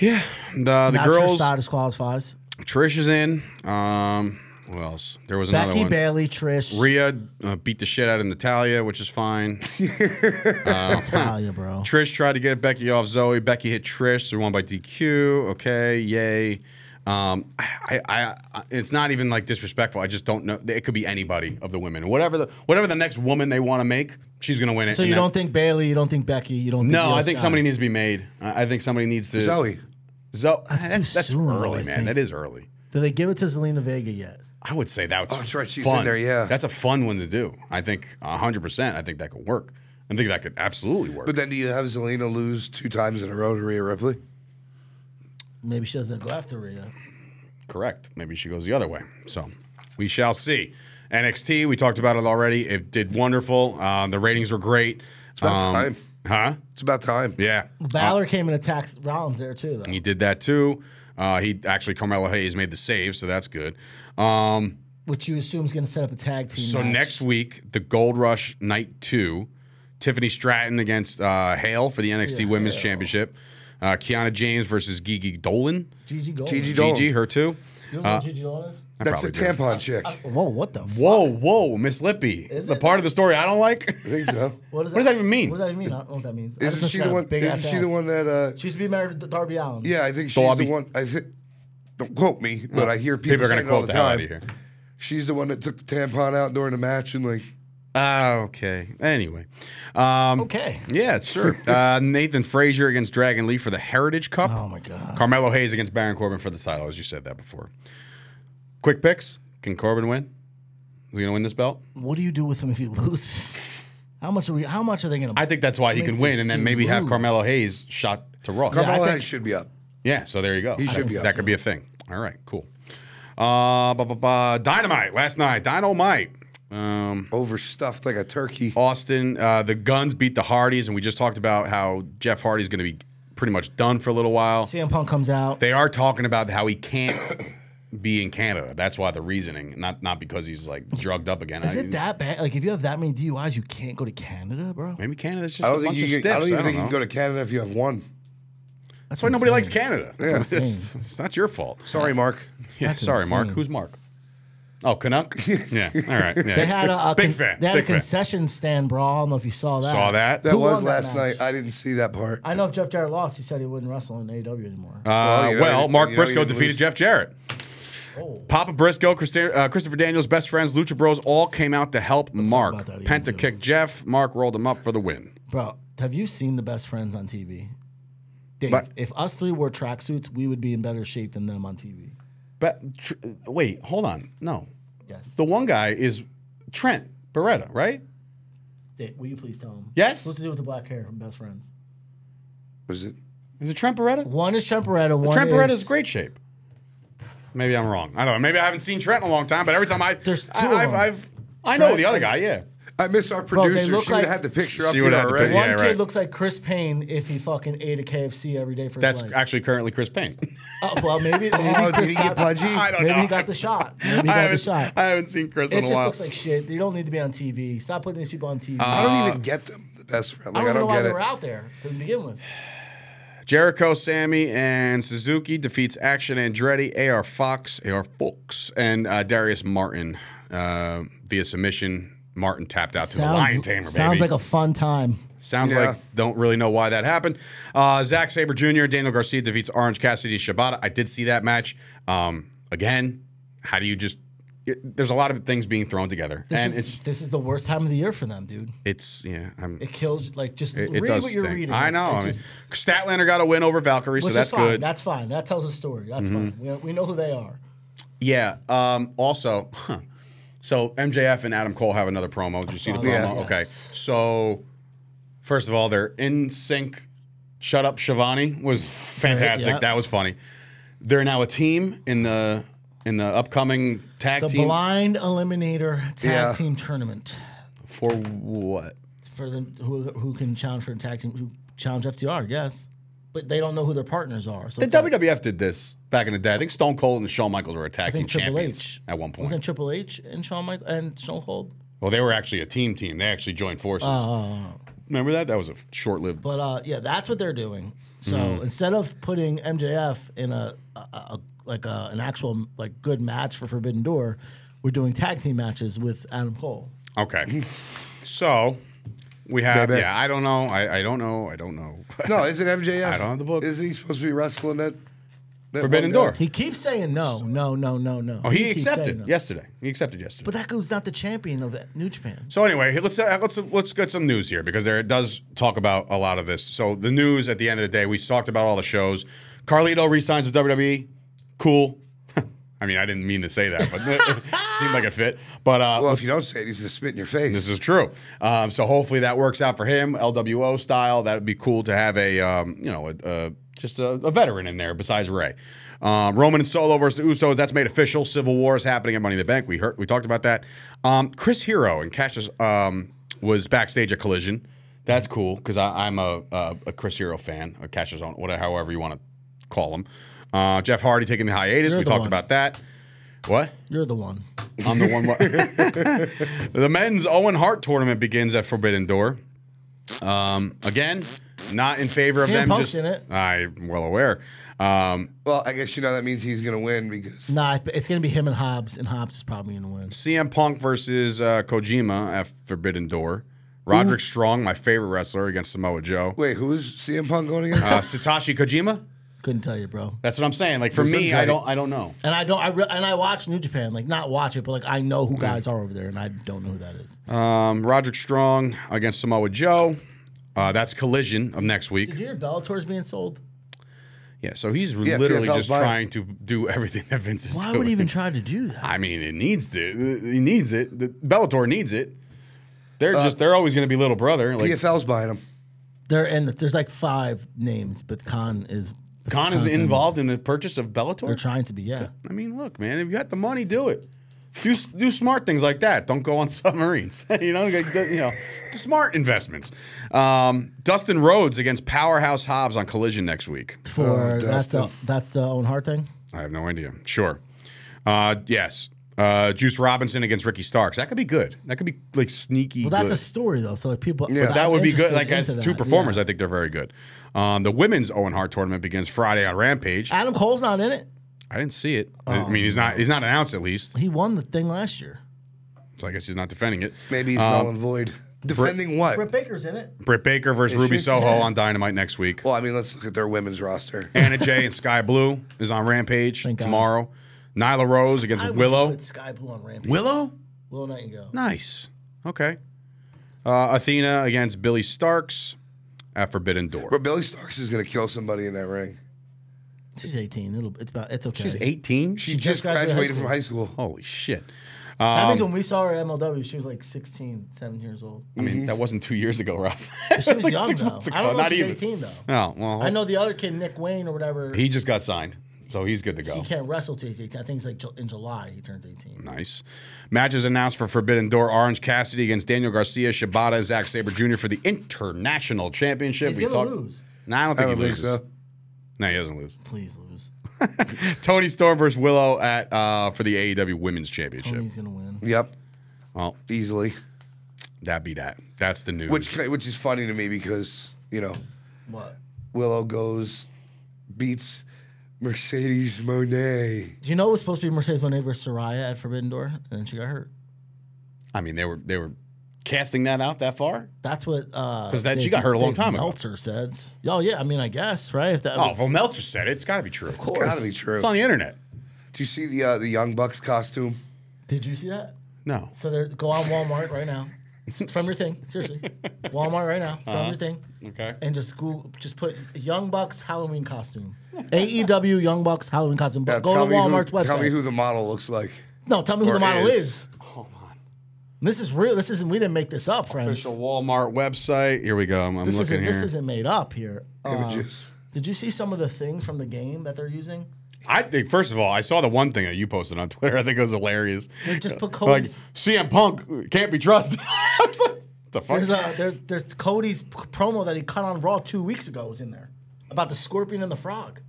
Speaker 1: Yeah, the the
Speaker 3: Not sure
Speaker 1: girls.
Speaker 3: style disqualifies.
Speaker 1: Trish is in. Um, who else? There was another
Speaker 3: Becky
Speaker 1: one.
Speaker 3: Bailey, Trish,
Speaker 1: Rhea uh, beat the shit out of Natalia, which is fine.
Speaker 3: Natalia, bro.
Speaker 1: Trish tried to get Becky off Zoe. Becky hit Trish, so we won by DQ. Okay, yay. Um, I, I, I, it's not even like disrespectful. I just don't know. It could be anybody of the women. Whatever the whatever the next woman they want to make, she's gonna win it.
Speaker 3: So
Speaker 1: and
Speaker 3: you
Speaker 1: that-
Speaker 3: don't think Bailey? You don't think Becky? You don't? Think
Speaker 1: No,
Speaker 3: Io
Speaker 1: I think
Speaker 3: Sky?
Speaker 1: somebody needs to be made. I I think somebody needs to.
Speaker 2: Zoe.
Speaker 1: Zo- that's that's,
Speaker 3: soon, though,
Speaker 1: early,
Speaker 3: I
Speaker 1: man.
Speaker 3: think.
Speaker 1: That is early.
Speaker 3: Do they give it to Selena Vega yet?
Speaker 1: I would say that's,
Speaker 2: Oh, that's right, she's
Speaker 1: fun.
Speaker 2: in there, yeah.
Speaker 1: that's a fun one to do. I think 100. percent I think that could work. I think that could absolutely work.
Speaker 2: But then do you have Zelina lose two times in a row to Rhea Ripley?
Speaker 3: Maybe she doesn't go after Rhea.
Speaker 1: Correct. Maybe she goes the other way. So we shall see. NXT, we talked about it already. It did wonderful. Uh, the ratings were great. It's
Speaker 2: about time.
Speaker 1: huh?
Speaker 2: It's about time.
Speaker 1: Um, Yeah,
Speaker 3: Balor
Speaker 1: Uh,
Speaker 3: came and attacked Rollins there too, though.
Speaker 1: he did that too. Uh, he actually Carmelo Hayes made the save, so that's good. Um,
Speaker 3: which you assume is going to set up a tag team.
Speaker 1: So
Speaker 3: match.
Speaker 1: next week, the Gold Rush Night Two, Tiffany Stratton against uh, Hale for the NXT Women's Championship. Uh, Kiana James versus Gigi Dolan.
Speaker 3: Gigi Gold.
Speaker 2: Gigi Dolan.
Speaker 1: Gigi, her too.
Speaker 3: You know what Gigi Dolan is?
Speaker 1: I
Speaker 2: That's the
Speaker 1: probably do.
Speaker 2: tampon chick. I
Speaker 3: Whoa, what the? F-
Speaker 1: Whoa, whoa, Miss Lippy. the
Speaker 3: it?
Speaker 1: part of the story I don't like.
Speaker 2: think so.
Speaker 1: What does that even mean?
Speaker 3: What does that even mean? I don't know what that means. I just
Speaker 2: Isn't
Speaker 3: know
Speaker 2: she
Speaker 3: got
Speaker 2: the
Speaker 3: a
Speaker 2: one?
Speaker 3: Big
Speaker 2: Isn't
Speaker 3: ass
Speaker 2: she
Speaker 3: ass.
Speaker 2: the one that? uh
Speaker 3: She used to be married to Darby Allen.
Speaker 2: Yeah, I think she's
Speaker 1: Bobby.
Speaker 2: the one. I think. Don't quote me, but I hear people,
Speaker 1: People are
Speaker 2: saying
Speaker 1: gonna
Speaker 2: it all
Speaker 1: quote
Speaker 2: the
Speaker 1: the hell out
Speaker 2: time.
Speaker 1: of you here.
Speaker 2: She's the one that took the tampon out during the match and like
Speaker 1: Ah, okay. Anyway, um,
Speaker 3: Okay.
Speaker 1: yeah, sure. uh, Nathan Frazier against Dragon Lee for the Heritage Cup.
Speaker 3: Oh my god.
Speaker 1: Carmelo Hayes against Baron Corbin for the title, as you said that before. Quick picks. Can Corbin win? Is he gonna win this belt?
Speaker 3: What do you do with him if he loses? How much are we? How much are they going to?
Speaker 1: I think that's why he
Speaker 3: Make
Speaker 1: can win,
Speaker 3: this
Speaker 1: and then
Speaker 3: dude
Speaker 1: maybe have
Speaker 3: lose.
Speaker 1: Carmelo Hayes shot to Raw.
Speaker 2: Carmelo
Speaker 3: I
Speaker 2: Hayes
Speaker 3: think-
Speaker 2: should be up.
Speaker 1: yeah, so there you go.
Speaker 2: He should be
Speaker 1: that
Speaker 2: awesome.
Speaker 1: could be a thing. All right, cool. Uh, ba- ba- ba- Dynamite last night. Dynamite. Um,
Speaker 2: Overstuffed like a turkey.
Speaker 1: Austin, uh, the Guns beat the Hardys, and we just talked about how Jeff Hardy's going to be pretty much done for a little while.
Speaker 3: CM Punk comes out.
Speaker 1: They are talking about how he can't be in Canada. That's why the reasoning, not not because he's like drugged up again.
Speaker 3: Is it that bad? Like, if you have that many DUIs, you can't go to Canada, bro.
Speaker 1: Maybe Canada's just
Speaker 2: I
Speaker 1: a
Speaker 2: don't think
Speaker 1: bunch
Speaker 2: you.
Speaker 1: of
Speaker 2: Can,
Speaker 1: stiffs.
Speaker 2: I don't even
Speaker 1: I
Speaker 2: think you
Speaker 1: don't
Speaker 2: can
Speaker 1: know.
Speaker 2: go to Canada if you have one.
Speaker 1: That's why nobody
Speaker 3: insane.
Speaker 1: likes Canada. It's,
Speaker 3: insane.
Speaker 1: it's- it's not your fault.
Speaker 2: Sorry, Mark.
Speaker 1: Yeah,
Speaker 3: That's
Speaker 1: sorry, Mark.
Speaker 3: insane.
Speaker 1: Who's Mark? Oh, Canuck. yeah. All right. Yeah.
Speaker 3: They had a, a
Speaker 1: big
Speaker 3: con-
Speaker 1: fan.
Speaker 3: They had
Speaker 1: big
Speaker 3: a
Speaker 1: fan.
Speaker 3: concession stand brawl. I don't know if you saw that.
Speaker 1: Saw that.
Speaker 2: That
Speaker 3: Who
Speaker 2: was
Speaker 3: won that
Speaker 2: last
Speaker 3: match?
Speaker 2: night. I didn't see that part.
Speaker 3: I know if Jeff Jarrett lost, he said he wouldn't wrestle in AEW anymore.
Speaker 1: Uh,
Speaker 2: Well, you know,
Speaker 1: well,
Speaker 2: you-
Speaker 1: Mark
Speaker 2: you know, you
Speaker 1: Briscoe
Speaker 2: didn't
Speaker 1: defeated
Speaker 2: lose.
Speaker 1: Jeff Jarrett.
Speaker 3: Oh.
Speaker 1: Papa Briscoe, Christi- uh, Christopher Daniels, best friends, Lucha Bros, all came out to help Mark.
Speaker 3: about that, he
Speaker 1: Penta kicked Jeff. Mark rolled him up for the win.
Speaker 3: bro, have you seen the best friends on TV? Dave,
Speaker 1: But-
Speaker 3: if us three wore tracksuits, we would be in better shape than them on TV.
Speaker 1: But tr- wait, hold on. No,
Speaker 3: Yes.
Speaker 1: the one guy is Trent Beretta, right?
Speaker 3: Dave, will you please tell him?
Speaker 1: Yes?
Speaker 3: What's to do with the black hair from Best Friends?
Speaker 2: Was it?
Speaker 1: Is it Trent Beretta?
Speaker 3: One is Tremperetta. One
Speaker 1: Trent Beretta is
Speaker 3: is
Speaker 1: in great shape. Maybe I'm wrong. I don't know. Maybe I haven't seen Trent in a long time. But every time I,
Speaker 3: There's two
Speaker 1: I,
Speaker 3: of
Speaker 1: I've,
Speaker 3: them.
Speaker 1: I've, I know
Speaker 3: Trent
Speaker 1: the other
Speaker 3: and-
Speaker 1: guy. Yeah.
Speaker 2: I miss our
Speaker 3: Bro, they
Speaker 2: producer.
Speaker 3: look
Speaker 2: she would
Speaker 3: like-
Speaker 2: have had the picture up
Speaker 1: She would
Speaker 2: here
Speaker 1: have had the
Speaker 2: already.
Speaker 1: pic-
Speaker 3: One
Speaker 1: Yeah,
Speaker 3: kid
Speaker 1: right.
Speaker 3: looks like Chris Payne if he fucking ate a KFC every day for
Speaker 1: That's
Speaker 3: his life.
Speaker 1: actually currently Chris Payne.
Speaker 3: Oh, well, maybe, maybe
Speaker 2: Oh, did
Speaker 3: Chris
Speaker 2: he
Speaker 3: got,
Speaker 2: get pudgy?
Speaker 1: I don't
Speaker 3: maybe
Speaker 1: know.
Speaker 3: he got the shot. Maybe he
Speaker 1: I
Speaker 3: got the
Speaker 1: haven't,
Speaker 3: shot.
Speaker 1: I haven't seen Chris
Speaker 3: It
Speaker 1: in a
Speaker 3: just
Speaker 1: while. Uh,
Speaker 3: looks like shit. You don't need to be on TV. Stop putting these people on TV.
Speaker 2: I don't even get them. The best friend.
Speaker 3: I
Speaker 2: Like
Speaker 3: don't,
Speaker 2: Uh, I
Speaker 3: know
Speaker 2: don't,
Speaker 3: why
Speaker 2: get
Speaker 3: they
Speaker 2: it.
Speaker 3: were out there to begin with.
Speaker 1: Jericho, Sammy, and Suzuki defeats Action Andretti, AR Fox, AR Fox, and uh, Darius Martin uh, via submission. Martin tapped out to the Lion Tamer, baby.
Speaker 3: sounds like a fun time.
Speaker 1: Sounds
Speaker 2: Yeah.
Speaker 1: like don't really know why that happened. Uh, Zack Saber Jr. Daniel Garcia defeats Orange Cassidy Shibata. I did see that match. Um, again, how do you just? It, there's a lot of things being thrown together,
Speaker 3: This
Speaker 1: and
Speaker 3: is
Speaker 1: it's
Speaker 3: this is the worst time of the year for them, dude.
Speaker 1: it's yeah. I'm,
Speaker 3: It kills like just
Speaker 1: it, it
Speaker 3: read
Speaker 1: does
Speaker 3: what you're
Speaker 1: stink.
Speaker 3: reading.
Speaker 1: I know.
Speaker 3: It
Speaker 1: I mean,
Speaker 3: just-
Speaker 1: Statlander got a win over Valkyrie, so
Speaker 3: which
Speaker 1: that's
Speaker 3: is fine.
Speaker 1: good. Mm-hmm.
Speaker 3: That's fine. That tells a story. That's fine. We, we know who they are.
Speaker 1: Yeah. Um, also, huh. so MJF and Adam Cole have another promo. Did you see the
Speaker 3: saw
Speaker 1: promo?
Speaker 3: that, yes.
Speaker 1: Okay. So, first of all, they're in sync. Shut up, Shivani was fantastic.
Speaker 3: yeah.
Speaker 1: That was funny. They're now a team in the in the upcoming tag
Speaker 3: The
Speaker 1: team
Speaker 3: Blind Eliminator Tag
Speaker 2: Yeah.
Speaker 3: Team Tournament
Speaker 1: for what?
Speaker 3: for the who who can challenge for the tag team who challenge FTR. Yes, but they don't know who their partners are. So
Speaker 1: The
Speaker 3: it's like-
Speaker 1: WWF did this back in the day. I think Stone Cold and Shawn Michaels were a tag
Speaker 3: I
Speaker 1: team
Speaker 3: think Triple
Speaker 1: champions
Speaker 3: H
Speaker 1: at one point.
Speaker 3: Wasn't it Triple H and Shawn Michael and Stone Cold?
Speaker 1: well, they were actually a team team. They actually joined forces.
Speaker 3: Oh,
Speaker 1: Remember that? That was a short lived.
Speaker 3: But uh, yeah, that's what they're doing. So
Speaker 1: Mm-hmm.
Speaker 3: instead of putting MJF in a, a, a like a, an actual like good match for Forbidden Door, we're doing tag team matches with Adam Cole.
Speaker 1: Okay. So we have.
Speaker 2: Baby.
Speaker 1: Yeah, I don't know. I, I don't know. I don't know.
Speaker 2: No, is it MJF?
Speaker 1: I don't have the book.
Speaker 2: Isn't he supposed to be wrestling that? that
Speaker 1: Forbidden
Speaker 2: one
Speaker 1: Door.
Speaker 2: guy?
Speaker 3: He keeps saying no, no, no, no, no.
Speaker 1: oh, he,
Speaker 3: keeps saying
Speaker 1: accepted
Speaker 3: no.
Speaker 1: yesterday. He accepted yesterday.
Speaker 3: but that dude's not the champion of New Japan.
Speaker 1: so anyway, hey, let's uh, let's let's get some news here because there it does talk about a lot of this. So the news at the end of the day, we talked about all the shows. Carlito resigns with WWE. Cool. I mean, I didn't mean to say that, but it seemed like it fit. But uh,
Speaker 2: Well, if you don't say it, he's gonna spit in your face.
Speaker 1: This is true. Um, so hopefully that works out for him, LWO style. That would be cool to have a um, you know a, a, just a, a veteran in there besides Ray. Um, Roman and Solo versus the Usos. That's made official. Civil War is happening at Money in the Bank. We heard we talked about that. Um, Chris Hero and Cassius um, was backstage at Collision. That's cool because I'm a, a a Chris Hero fan, a Cassius on whatever, however you want to call him. Uh, Jeff Hardy taking the hiatus.
Speaker 3: You're
Speaker 1: we
Speaker 3: the
Speaker 1: talked
Speaker 3: one.
Speaker 1: about that. What?
Speaker 3: You're the one.
Speaker 1: I'm the one. wa- the men's Owen Hart tournament begins at Forbidden Door. Um, again, not in favor of
Speaker 3: CM
Speaker 1: them.
Speaker 3: Punk's
Speaker 1: just
Speaker 3: in it.
Speaker 1: I'm well aware. Um,
Speaker 2: well, I guess you know that means he's gonna win because
Speaker 3: Nah, it- it's gonna be him and Hobbs, and Hobbs is probably gonna win.
Speaker 1: CM Punk versus uh, Kojima at Forbidden Door. Roderick Strong, my favorite wrestler, against Samoa Joe.
Speaker 2: wait, who's CM Punk going against?
Speaker 1: Uh, Satoshi Kojima.
Speaker 3: Couldn't tell you, bro.
Speaker 1: That's what I'm saying. Like for
Speaker 2: Listen
Speaker 1: me,
Speaker 2: to
Speaker 1: I
Speaker 2: it.
Speaker 1: don't. I don't know.
Speaker 3: And I don't. I re- and I watch New Japan, like not watch it, but like I know who
Speaker 1: Mm.
Speaker 3: guys are over there, and I don't know who that is.
Speaker 1: Um, Roderick Strong against Samoa Joe. Uh, that's Collision of next week.
Speaker 3: Did you hear Bellator's being sold?
Speaker 1: Yeah, so he's
Speaker 2: Yeah,
Speaker 1: literally
Speaker 2: PFL's
Speaker 1: just
Speaker 2: buying.
Speaker 1: trying to do everything that Vince is
Speaker 3: Why
Speaker 1: doing.
Speaker 3: would he even try to do that?
Speaker 1: I mean, it needs to. It needs it. The Bellator needs it. They're just. They're always going to be little brother. Like
Speaker 2: PFL's buying him.
Speaker 3: They're in. The, there's like five names, but Khan is
Speaker 1: Khan is involved in the purchase of
Speaker 3: They're
Speaker 1: Bellator.
Speaker 3: trying to be, yeah.
Speaker 1: I mean, look, man, if you got the money, do it. Do, s- do smart things like that. Don't go on submarines. you know, like, you know, smart investments. Um, Dustin Rhodes against Powerhouse Hobbs on Collision next week.
Speaker 3: For
Speaker 1: Oh,
Speaker 3: that's the that's the own heart thing.
Speaker 1: I have no idea. Sure. Uh, yes. Uh, Juice Robinson against Ricky Starks. That could be good. That could be like sneaky.
Speaker 3: Well, that's
Speaker 1: good.
Speaker 3: a story though. So like people,
Speaker 2: Yeah.
Speaker 3: but
Speaker 1: that
Speaker 3: I'm
Speaker 1: would be good.
Speaker 3: interested
Speaker 1: Like as
Speaker 3: into
Speaker 1: two
Speaker 3: that,
Speaker 1: performers,
Speaker 3: yeah.
Speaker 1: I think they're very good. Um, the women's Owen Hart tournament begins Friday on Rampage.
Speaker 3: Adam Cole's not in it.
Speaker 1: I didn't see it. I
Speaker 3: Oh,
Speaker 1: mean, he's not he's not announced at least,
Speaker 3: He won the thing last year.
Speaker 1: so I guess he's not defending it.
Speaker 2: Maybe he's null and void. Defending what?
Speaker 3: Britt Baker's in it.
Speaker 1: Britt Baker versus Ruby
Speaker 2: she?
Speaker 1: Soho on Dynamite next week.
Speaker 2: Well, I mean, let's look at their women's roster.
Speaker 1: Anna Jay and Sky Blue is on Rampage
Speaker 3: God.
Speaker 1: tomorrow. Nyla Rose against
Speaker 3: I would
Speaker 1: Willow.
Speaker 3: put Sky Blue on Rampage.
Speaker 1: Willow,
Speaker 3: Willow Nightingale.
Speaker 1: nice. Okay. Uh, Athena against Billy Starks at Forbidden Door.
Speaker 2: But Billy Starks is gonna kill somebody in that ring.
Speaker 3: She's 18. It'll, it's about. It's okay.
Speaker 1: She's 18.
Speaker 2: She,
Speaker 1: She
Speaker 2: just,
Speaker 3: just graduated
Speaker 2: graduated,
Speaker 3: high
Speaker 2: from high school.
Speaker 1: holy shit.
Speaker 3: That
Speaker 1: Um,
Speaker 3: means when we saw her at MLW, she was like 16, 17 years old.
Speaker 1: I mean, that wasn't two years ago, Rob.
Speaker 3: But Mm-hmm. She
Speaker 1: That's
Speaker 3: was
Speaker 1: like
Speaker 3: young
Speaker 1: six
Speaker 3: though.
Speaker 1: months ago,
Speaker 3: I don't know
Speaker 1: not
Speaker 3: if she's
Speaker 1: even.
Speaker 3: 18 though.
Speaker 1: Oh well,
Speaker 3: I know the other kid, Nick Wayne or whatever. He,
Speaker 1: he just got signed, so he's good to go.
Speaker 3: can't wrestle till he's 18. I think it's like Ju- in July he turns 18.
Speaker 1: Nice. Matches announced for Forbidden Door: Orange Cassidy against Daniel Garcia, Shibata, and Zack Saber Jr. for the international championship.
Speaker 3: He's
Speaker 1: We
Speaker 3: gonna
Speaker 1: talked-
Speaker 3: lose.
Speaker 1: No, I don't
Speaker 2: I
Speaker 1: think
Speaker 2: don't
Speaker 1: he
Speaker 2: think
Speaker 1: loses.
Speaker 2: so.
Speaker 1: No, he doesn't lose.
Speaker 3: Please lose.
Speaker 1: Tony Storm versus Willow at uh, for the AEW Women's Championship.
Speaker 3: He's gonna win.
Speaker 2: Yep.
Speaker 1: Well,
Speaker 2: Easily.
Speaker 1: that be that. That's the news.
Speaker 2: Which which is funny to me because you know
Speaker 3: What?
Speaker 2: Willow goes beats Mercedes Monet.
Speaker 3: Do you know it was supposed to be Mercedes Monet versus Soraya at Forbidden Door, and then she got hurt.
Speaker 1: I mean, they were they were casting that out that far.
Speaker 3: That's what uh
Speaker 1: 'Cause that- she got hurt a long
Speaker 3: Dave
Speaker 1: time ago.
Speaker 3: Meltzer said. Oh yeah, I mean I guess right. If that
Speaker 1: Oh,
Speaker 3: was,
Speaker 1: well, Meltzer said it. it's got to be true. Of course,
Speaker 2: Gotta be true.
Speaker 1: it's on the internet.
Speaker 2: Do you see the uh, the Young Bucks costume?
Speaker 3: did you see that?
Speaker 1: No,
Speaker 3: So there, go on Walmart right now. It's from your thing, seriously. Walmart right now from
Speaker 2: Uh-huh.
Speaker 3: your thing,
Speaker 1: okay.
Speaker 3: and just Google, just put Young Bucks Halloween costume, AEW Young Bucks Halloween costume. But
Speaker 2: Yeah,
Speaker 3: go to
Speaker 2: me who-
Speaker 3: Walmart's website.
Speaker 2: Tell me who the model looks like.
Speaker 3: no, tell me who
Speaker 2: or
Speaker 3: the model is.
Speaker 2: is.
Speaker 1: Hold on.
Speaker 3: This is real. This isn't. We didn't make this up, friends.
Speaker 1: Official Walmart website. Here we go. I'm, I'm
Speaker 3: This
Speaker 1: looking
Speaker 3: isn't.
Speaker 1: here.
Speaker 3: This isn't made up here. Uh,
Speaker 2: Images.
Speaker 3: did you see some of the things from the game that they're using?
Speaker 1: I think first of all, I saw the one thing that you posted on Twitter. I think it was hilarious.
Speaker 3: They just put
Speaker 1: Like
Speaker 3: Cody's.
Speaker 1: CM Punk can't be trusted. I was like, "What the fuck?
Speaker 3: There's a there's, there's Cody's p- promo that he cut on Raw two weeks ago was in there about the scorpion and the frog.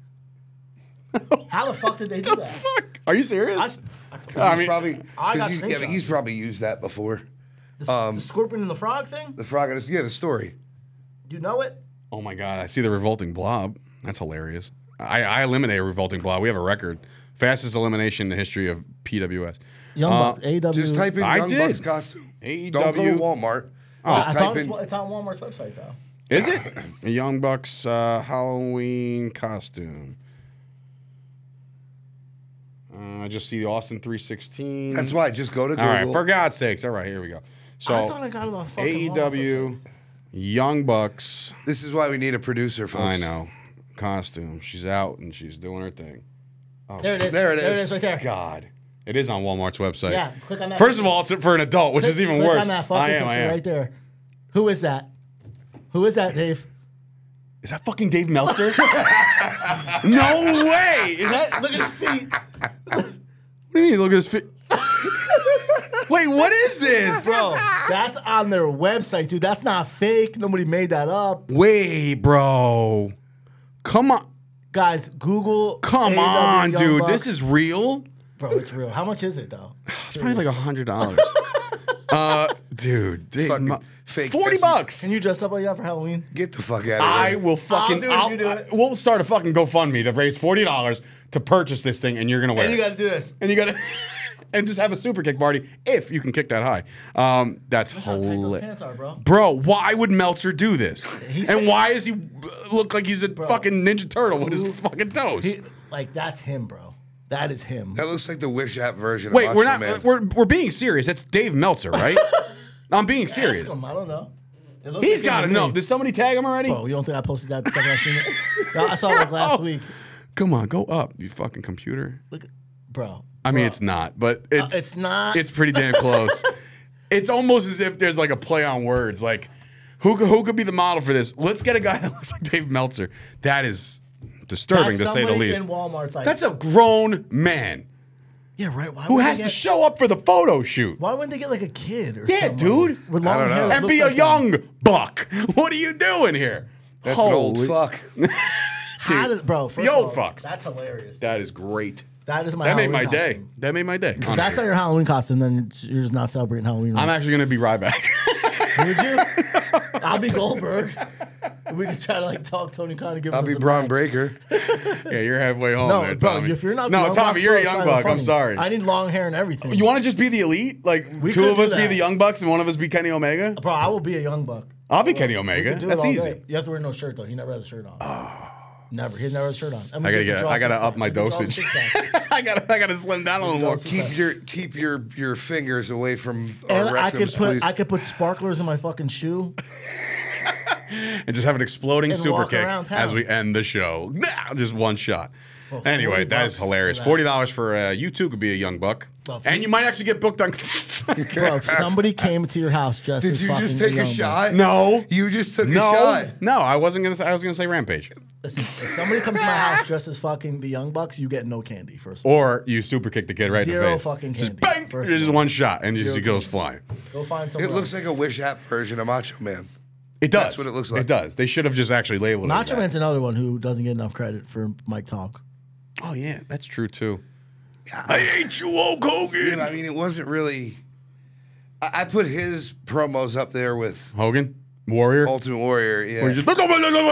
Speaker 3: How the fuck did they do that?
Speaker 1: fuck? Are you serious?
Speaker 3: I s- I-
Speaker 1: I
Speaker 2: He's
Speaker 1: mean,
Speaker 2: probably,
Speaker 3: I
Speaker 2: 'cause
Speaker 3: got
Speaker 2: he's, yeah,
Speaker 3: screenshots.
Speaker 2: he's probably used that before.
Speaker 3: the, s-
Speaker 1: um,
Speaker 3: the scorpion and the frog thing.
Speaker 2: The frog. and his- Yeah, the story.
Speaker 3: Do you know it?
Speaker 1: oh my god, I see the revolting blob. That's hilarious. I, I eliminate a revolting blob. We have a record. Fastest elimination in the history of PWS.
Speaker 3: Young
Speaker 1: Uh,
Speaker 3: E Buck, AW.
Speaker 2: Just type in
Speaker 1: I
Speaker 2: Young
Speaker 1: did. E
Speaker 2: Bucks costume. Don't go to
Speaker 1: AEW.
Speaker 2: Walmart.
Speaker 3: I
Speaker 1: Oh.
Speaker 2: Just
Speaker 3: thought
Speaker 2: type
Speaker 3: it
Speaker 2: in.
Speaker 3: was, it's on Walmart's website though.
Speaker 1: Is it? Young Bucks uh, Halloween costume. Uh, I just see the Austin 316.
Speaker 2: That's why. Just go to
Speaker 1: All
Speaker 2: Google.
Speaker 1: right, for God's sakes. All right, here we go. So E
Speaker 3: I thought I got it on fucking Walmart's website.
Speaker 1: AEW, Young Bucks.
Speaker 2: This is why we need a producer, folks.
Speaker 1: I know. Costume. She's out and she's doing her thing.
Speaker 3: There it is.
Speaker 2: There it
Speaker 3: There
Speaker 2: is.
Speaker 3: it is right there.
Speaker 1: God. It is on Walmart's website.
Speaker 3: Yeah, click on that.
Speaker 1: First of all, it's for an adult, which is even
Speaker 3: Click
Speaker 1: worse.
Speaker 3: On that fucking
Speaker 1: I am. I
Speaker 3: picture
Speaker 1: am.
Speaker 3: Right there. Who is that? Who is that, Dave?
Speaker 1: Is that fucking Dave Meltzer? no way. Is that?
Speaker 3: Look at his feet.
Speaker 1: What do you mean? Look at his feet. Wait, what is this?
Speaker 3: Bro, that's on their website, dude. That's not fake. Nobody made that up.
Speaker 1: Wait, bro. Come on.
Speaker 3: Guys, Google.
Speaker 1: Come
Speaker 3: AEW
Speaker 1: on,
Speaker 3: E Young
Speaker 1: dude.
Speaker 3: Bucks.
Speaker 1: This is real.
Speaker 3: Bro, it's real. How much is it, though?
Speaker 1: It's probably like a hundred dollars. uh, dude, dude
Speaker 2: Fucking
Speaker 1: my-
Speaker 2: fake
Speaker 1: forty
Speaker 2: business.
Speaker 1: bucks.
Speaker 3: Can you dress up like that for Halloween?
Speaker 2: Get the fuck out of
Speaker 1: I
Speaker 2: here.
Speaker 1: will fucking.
Speaker 3: do it if you do
Speaker 1: I-
Speaker 3: it.
Speaker 1: we'll start a fucking GoFundMe to raise forty dollars to purchase this thing, and you're gonna wear
Speaker 3: And you
Speaker 1: it.
Speaker 3: got to do this.
Speaker 1: and you gotta, and just have a super kick party if you can kick that high. Um, that's
Speaker 3: Those
Speaker 1: hilarious.
Speaker 3: pants are, bro.
Speaker 1: Bro, why would Meltzer do this?
Speaker 3: He's-
Speaker 1: and why does he look like he's a fucking Ninja Turtle with his fucking toes?
Speaker 3: He- like, that's him, bro. That is him.
Speaker 2: That looks like the Wish app version.
Speaker 1: Wait,
Speaker 2: of
Speaker 1: we're
Speaker 2: Macho
Speaker 1: not.
Speaker 2: Man.
Speaker 1: We're we're being serious. That's Dave Meltzer, right? I'm being serious.
Speaker 3: Ask him. I don't know. It looks
Speaker 1: He's
Speaker 3: like
Speaker 1: got to
Speaker 3: him
Speaker 1: know.
Speaker 3: me.
Speaker 1: Did somebody tag him already?
Speaker 3: Oh, you don't think I posted that the second I seen it? No, I saw it like last
Speaker 1: Bro.
Speaker 3: week.
Speaker 1: Come on, go up, you fucking computer.
Speaker 3: Look, at- bro.
Speaker 1: I mean, it's not, but it's
Speaker 3: it's not.
Speaker 1: It's pretty damn close. it's almost as if there's like a play on words. Like, who could- who could be the model for this? Let's get a guy that looks like Dave Meltzer. That is disturbing to say the
Speaker 3: somebody
Speaker 1: least.
Speaker 3: In Walmart's like,
Speaker 1: That's a grown man
Speaker 3: yeah, right. Why
Speaker 1: who
Speaker 3: wouldn't
Speaker 1: has
Speaker 3: they
Speaker 1: to
Speaker 3: get-
Speaker 1: show up for the photo shoot.
Speaker 3: Why wouldn't they get like a kid or
Speaker 1: Yeah,
Speaker 3: someone
Speaker 1: dude.
Speaker 3: with
Speaker 1: I
Speaker 3: long
Speaker 2: don't know.
Speaker 3: hair that
Speaker 1: And
Speaker 3: looks
Speaker 1: be a
Speaker 3: like him?
Speaker 1: young buck. What are you doing here?
Speaker 2: That's an
Speaker 1: Holy-
Speaker 2: old fuck.
Speaker 3: How does, bro? First
Speaker 1: Yo,
Speaker 3: of all,
Speaker 1: fuck.
Speaker 3: That's hilarious.
Speaker 1: That is great.
Speaker 3: That is my.
Speaker 1: That made
Speaker 3: Halloween
Speaker 1: my
Speaker 3: costume.
Speaker 1: day. That made my day.
Speaker 3: If That's
Speaker 1: honestly.
Speaker 3: not your Halloween costume. Then you're just not celebrating Halloween.
Speaker 1: I'm
Speaker 3: right?
Speaker 1: actually gonna be right back.
Speaker 3: Would you? I'll be Goldberg. We could try to like talk Tony Khan to give.
Speaker 2: I'll
Speaker 3: us
Speaker 2: be
Speaker 3: a
Speaker 2: Braun
Speaker 3: match.
Speaker 2: Breaker.
Speaker 1: yeah, you're halfway home.
Speaker 3: No,
Speaker 1: there,
Speaker 3: bro.
Speaker 1: Tommy.
Speaker 3: If you're not,
Speaker 1: no,
Speaker 3: Young
Speaker 1: Tommy,
Speaker 3: Bucks,
Speaker 1: you're a
Speaker 3: it's
Speaker 1: young
Speaker 3: not
Speaker 1: buck. I'm
Speaker 3: funny.
Speaker 1: sorry.
Speaker 3: I need long hair and everything.
Speaker 1: you want to just be the elite? Like
Speaker 3: We
Speaker 1: two
Speaker 3: could
Speaker 1: of
Speaker 3: do
Speaker 1: us be
Speaker 3: that.
Speaker 1: the young bucks and one of us be Kenny Omega.
Speaker 3: bro? I will be a young buck.
Speaker 1: I'll be Kenny
Speaker 3: We
Speaker 1: Omega.
Speaker 3: could do it
Speaker 1: That's
Speaker 3: all
Speaker 1: easy. Ah.
Speaker 3: day. You have to wear no shirt though. He never has a shirt on. Never. He never has a shirt on. I'm
Speaker 1: I gotta get. I gotta up my dosage. I gotta. I gotta slim down a little more.
Speaker 3: Dosage.
Speaker 2: Keep your keep your your fingers away from our
Speaker 3: and I could
Speaker 2: rectums,
Speaker 3: put
Speaker 2: please.
Speaker 3: I could put sparklers in my fucking shoe.
Speaker 1: and just have an exploding
Speaker 3: And
Speaker 1: super
Speaker 3: walk
Speaker 1: kick
Speaker 3: around town.
Speaker 1: as we end the show. Nah, just one shot. anyway,
Speaker 3: 40
Speaker 1: that is
Speaker 3: bucks
Speaker 1: hilarious.
Speaker 3: for that.
Speaker 1: Forty dollars for uh, you too could be a young buck,
Speaker 3: Well,
Speaker 1: and
Speaker 3: for-
Speaker 1: you might actually get booked on.
Speaker 3: Bro, if somebody came to your house dressed
Speaker 2: Did
Speaker 3: as
Speaker 2: you
Speaker 3: fucking
Speaker 2: just take a
Speaker 3: young buck-
Speaker 2: shot?
Speaker 1: no,
Speaker 2: You just took a shot.
Speaker 1: no, no. I wasn't gonna. Say, I was gonna say rampage,
Speaker 3: Listen, if somebody comes to my house dressed as fucking the Young Bucks, you get no candy first. Of
Speaker 1: or you super kick the kid right in
Speaker 3: Zero
Speaker 1: the face.
Speaker 3: fucking
Speaker 1: just
Speaker 3: candy,
Speaker 1: bang.
Speaker 3: first
Speaker 1: Just
Speaker 3: of all.
Speaker 1: one shot, and just, he goes flying.
Speaker 3: all. Go find someone.
Speaker 2: It looks
Speaker 3: else.
Speaker 2: like a Wish app version of Macho Man.
Speaker 1: It does.
Speaker 2: That's what it looks like.
Speaker 1: It does. They should have just actually labeled it.
Speaker 3: Nacho
Speaker 1: that.
Speaker 3: Man's another one who doesn't get enough credit for Mike Talk.
Speaker 1: Oh yeah, that's true too. I hate you, Hulk
Speaker 2: You know, I
Speaker 1: Hogan.
Speaker 2: mean, it wasn't really. I, I put his promos up there with
Speaker 1: Hogan, Warrior.
Speaker 2: Ultimate Warrior. Yeah.
Speaker 1: Where you just-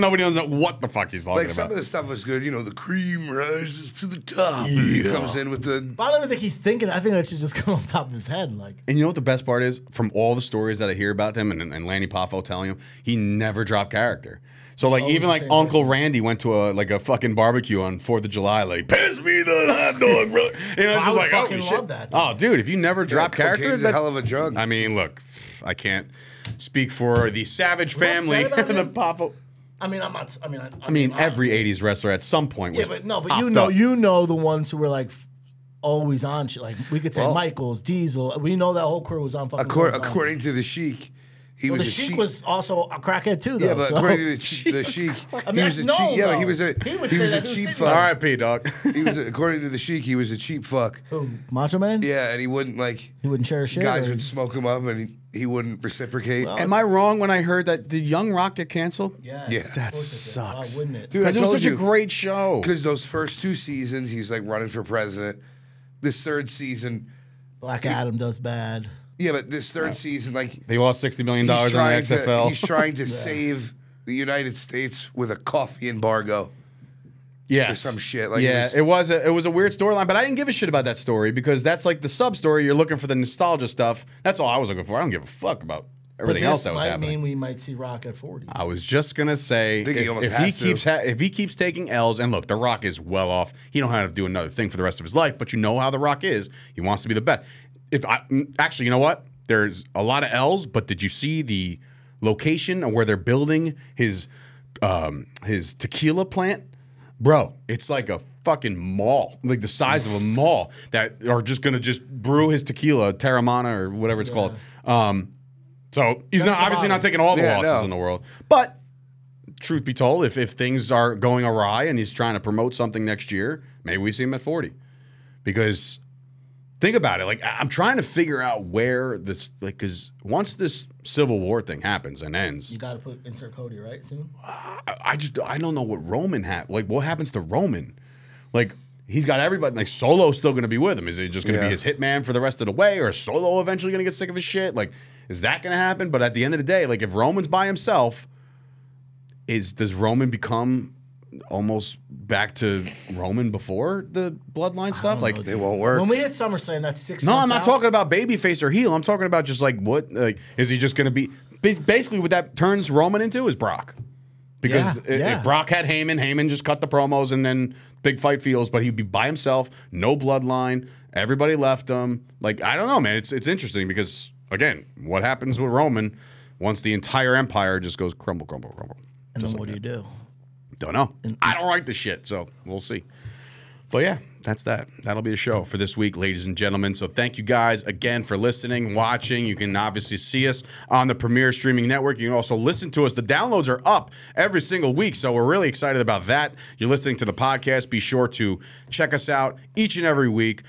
Speaker 1: Nobody knows what the fuck he's talking
Speaker 2: like
Speaker 1: about.
Speaker 2: some of the stuff was good, you know. The cream rises to the top. He comes in with the
Speaker 3: But I don't even think he's thinking. I think that should just come off the top of his head. Like,
Speaker 1: And you know what the best part is? From all the stories that I hear about them and, and Lanny Poffo telling him, he never dropped character. So like
Speaker 3: Always
Speaker 1: even
Speaker 3: Oh, the
Speaker 1: like
Speaker 3: same
Speaker 1: Uncle Randy went to a like a fucking barbecue on Fourth of July, like pass me the hot dog, bro. You know,
Speaker 3: I
Speaker 1: just
Speaker 3: would
Speaker 1: like oh
Speaker 3: fucking
Speaker 1: shit.
Speaker 3: love that, dude.
Speaker 1: Oh, dude, if you never drop character,
Speaker 2: cocaine's a
Speaker 1: that-
Speaker 2: hell of a drug.
Speaker 1: I mean, look, I can't speak for the Savage
Speaker 3: What's
Speaker 1: family
Speaker 3: that about
Speaker 1: and the
Speaker 3: him?
Speaker 1: Poffo.
Speaker 3: I mean, I'm not. I mean, I, I
Speaker 1: I mean,
Speaker 3: I'm-
Speaker 1: every '80s wrestler at some point.
Speaker 3: Yeah,
Speaker 1: was
Speaker 3: but no, but you
Speaker 1: popped
Speaker 3: know,
Speaker 1: up.
Speaker 3: you know the ones who were like f- always on shit. Like we could say
Speaker 2: Well-
Speaker 3: Michaels, Diesel. We know that whole crew was on fucking.
Speaker 2: according,
Speaker 3: Rolling Stones.
Speaker 2: according to the Sheik, he
Speaker 3: Well,
Speaker 2: was
Speaker 3: the
Speaker 2: a
Speaker 3: Sheik
Speaker 2: cheat-
Speaker 3: was also a crackhead too, though.
Speaker 2: Yeah, but
Speaker 3: so-
Speaker 2: according to the, Sheik- the Sheik,
Speaker 3: I mean,
Speaker 2: he
Speaker 3: I
Speaker 2: was a
Speaker 3: know,
Speaker 2: cheap. Yeah, but he
Speaker 3: though.
Speaker 2: was a
Speaker 3: He
Speaker 2: he
Speaker 3: would
Speaker 2: was
Speaker 3: say
Speaker 2: a
Speaker 3: that. He was
Speaker 2: cheap
Speaker 3: sitting
Speaker 2: fuck.
Speaker 3: there.
Speaker 1: R.I.P. Dog.
Speaker 2: He was a, according to the Sheik, he was a cheap fuck.
Speaker 3: Who, Macho Man.
Speaker 2: Yeah, and he wouldn't like.
Speaker 3: He wouldn't share a shit.
Speaker 2: Guys
Speaker 3: or-
Speaker 2: would smoke him up, and he, he wouldn't reciprocate.
Speaker 1: Am I wrong when I heard that the Young Rock get canceled?
Speaker 3: Yes,
Speaker 2: Yeah.
Speaker 3: of
Speaker 1: That
Speaker 3: course it did. Why
Speaker 1: sucks.
Speaker 3: wouldn't it?
Speaker 2: Dude, I
Speaker 1: Because it was
Speaker 2: told
Speaker 1: such a
Speaker 2: you.
Speaker 1: great show.
Speaker 2: Because those first two seasons, he's like running for president. This third season,
Speaker 3: Black Adam does bad.
Speaker 2: yeah, but this third season, like
Speaker 1: They lost sixty million
Speaker 2: he's
Speaker 1: dollars on the
Speaker 2: trying to
Speaker 1: XFL.
Speaker 2: he's trying to save the United States with a coffee embargo.
Speaker 1: yeah,
Speaker 2: or some shit, like,
Speaker 1: yeah,
Speaker 2: it
Speaker 1: it was,
Speaker 2: was-
Speaker 1: a it was a weird storyline, but I didn't give a shit about that story because that's like the sub story. You're looking for the nostalgia stuff. That's all I was looking for. I don't give a fuck about everything
Speaker 3: but this
Speaker 1: else that was
Speaker 3: might
Speaker 1: happening. Uh,
Speaker 3: mean we might see Rock at forty.
Speaker 1: I was just gonna say
Speaker 2: think he
Speaker 1: if,
Speaker 2: almost
Speaker 1: if he
Speaker 2: has to.
Speaker 1: keeps ha- if he keeps taking L's and look, The Rock is well off. He don't have to do another thing for the rest of his life. But you know how The Rock is. He wants to be the best. If I mm, actually, you know what? There's a lot of L's, but did you see the location of where they're building his um, his tequila plant, bro? It's like a fucking mall, like the size of a mall that are just gonna just brew his tequila, Terramana or whatever it's called. Um, so he's
Speaker 3: That's
Speaker 1: not
Speaker 3: a
Speaker 1: obviously
Speaker 3: lot.
Speaker 1: not taking all the
Speaker 2: Yeah,
Speaker 1: losses
Speaker 2: no.
Speaker 1: in the world, but truth be told, if if things are going awry and he's trying to promote something next year, maybe we see him at 40. Because think about it, like I- I'm trying to figure out where this like cuz once this civil war thing happens and ends,
Speaker 3: You got to put insert Cody right soon.
Speaker 1: I, I just I don't know what Roman ha- like what happens to Roman? Like he's got everybody like Solo's still going to be with him. Is he just going to
Speaker 2: Yeah.
Speaker 1: be his hitman for the rest of the way or is Solo eventually going to get sick of his shit? Like is that going to happen? But at the end of the day, like if Roman's by himself, is does Roman become almost back to Roman before the bloodline stuff? Like
Speaker 2: It won't work.
Speaker 3: When we hit SummerSlam, that's six.
Speaker 1: no, I'm
Speaker 3: months
Speaker 1: not
Speaker 3: out.
Speaker 1: talking about babyface or heel. I'm talking about just like what like is he just going to be ba- basically what that turns Roman into is Brock. Because
Speaker 3: Yeah,
Speaker 1: i- if,
Speaker 3: yeah.
Speaker 1: Brock had Heyman, Heyman just cut the promos and then big fight feels, but he'd be by himself, no bloodline, everybody left him. Like I don't know, man. It's it's interesting because again, what happens with Roman once the entire empire just goes crumble, crumble, crumble.
Speaker 3: And then what do you do?
Speaker 1: Don't know. I don't like the shit, so we'll see. But yeah, that's that. That'll be the show for this week, ladies and gentlemen. So thank you guys again for listening, watching. You can obviously see us on the Premier Streaming Network. You can also listen to us. The downloads are up every single week, so we're really excited about that. You're listening to the podcast. Be sure to check us out each and every week.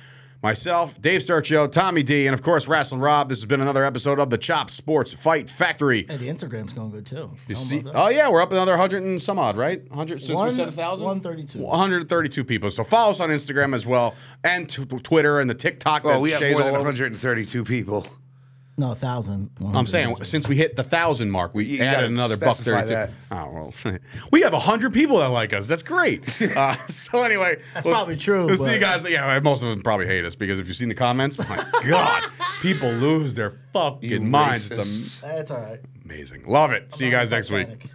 Speaker 1: Myself, Dave Starcho, Tommy D, and of course, Wrestling Rob. This has been another episode of the Chop Sports Fight Factory.
Speaker 3: Hey, the Instagram's going good too.
Speaker 1: You
Speaker 3: Tell 'em
Speaker 1: see-
Speaker 3: about that.
Speaker 1: oh yeah, we're up another hundred and some odd, right? Hundred since we
Speaker 3: One-
Speaker 1: said a thousand.
Speaker 3: 132.
Speaker 1: One hundred and thirty-two people. So follow us on Instagram as well, and t- Twitter and the TikTok.
Speaker 2: Oh,
Speaker 1: that
Speaker 2: we have
Speaker 1: Shay's
Speaker 2: more
Speaker 1: all
Speaker 2: than
Speaker 1: over.
Speaker 2: 132 people.
Speaker 3: No, a thousand.
Speaker 1: I'm saying since we hit the thousand mark, we
Speaker 2: You
Speaker 1: added
Speaker 2: gotta
Speaker 1: another buck
Speaker 2: specify
Speaker 1: thirty-two.
Speaker 2: that.
Speaker 1: Oh well, we have hundred people that like us. That's great. Uh, so anyway, that's
Speaker 3: probably true,
Speaker 1: We'll see
Speaker 3: but-
Speaker 1: you guys. Yeah, most of them probably hate us because if you've seen the comments, my God, people lose their fucking minds. It's
Speaker 2: racists.
Speaker 1: am-
Speaker 3: that's all right.
Speaker 1: amazing. Love it. See you guys next week.
Speaker 3: Titanic.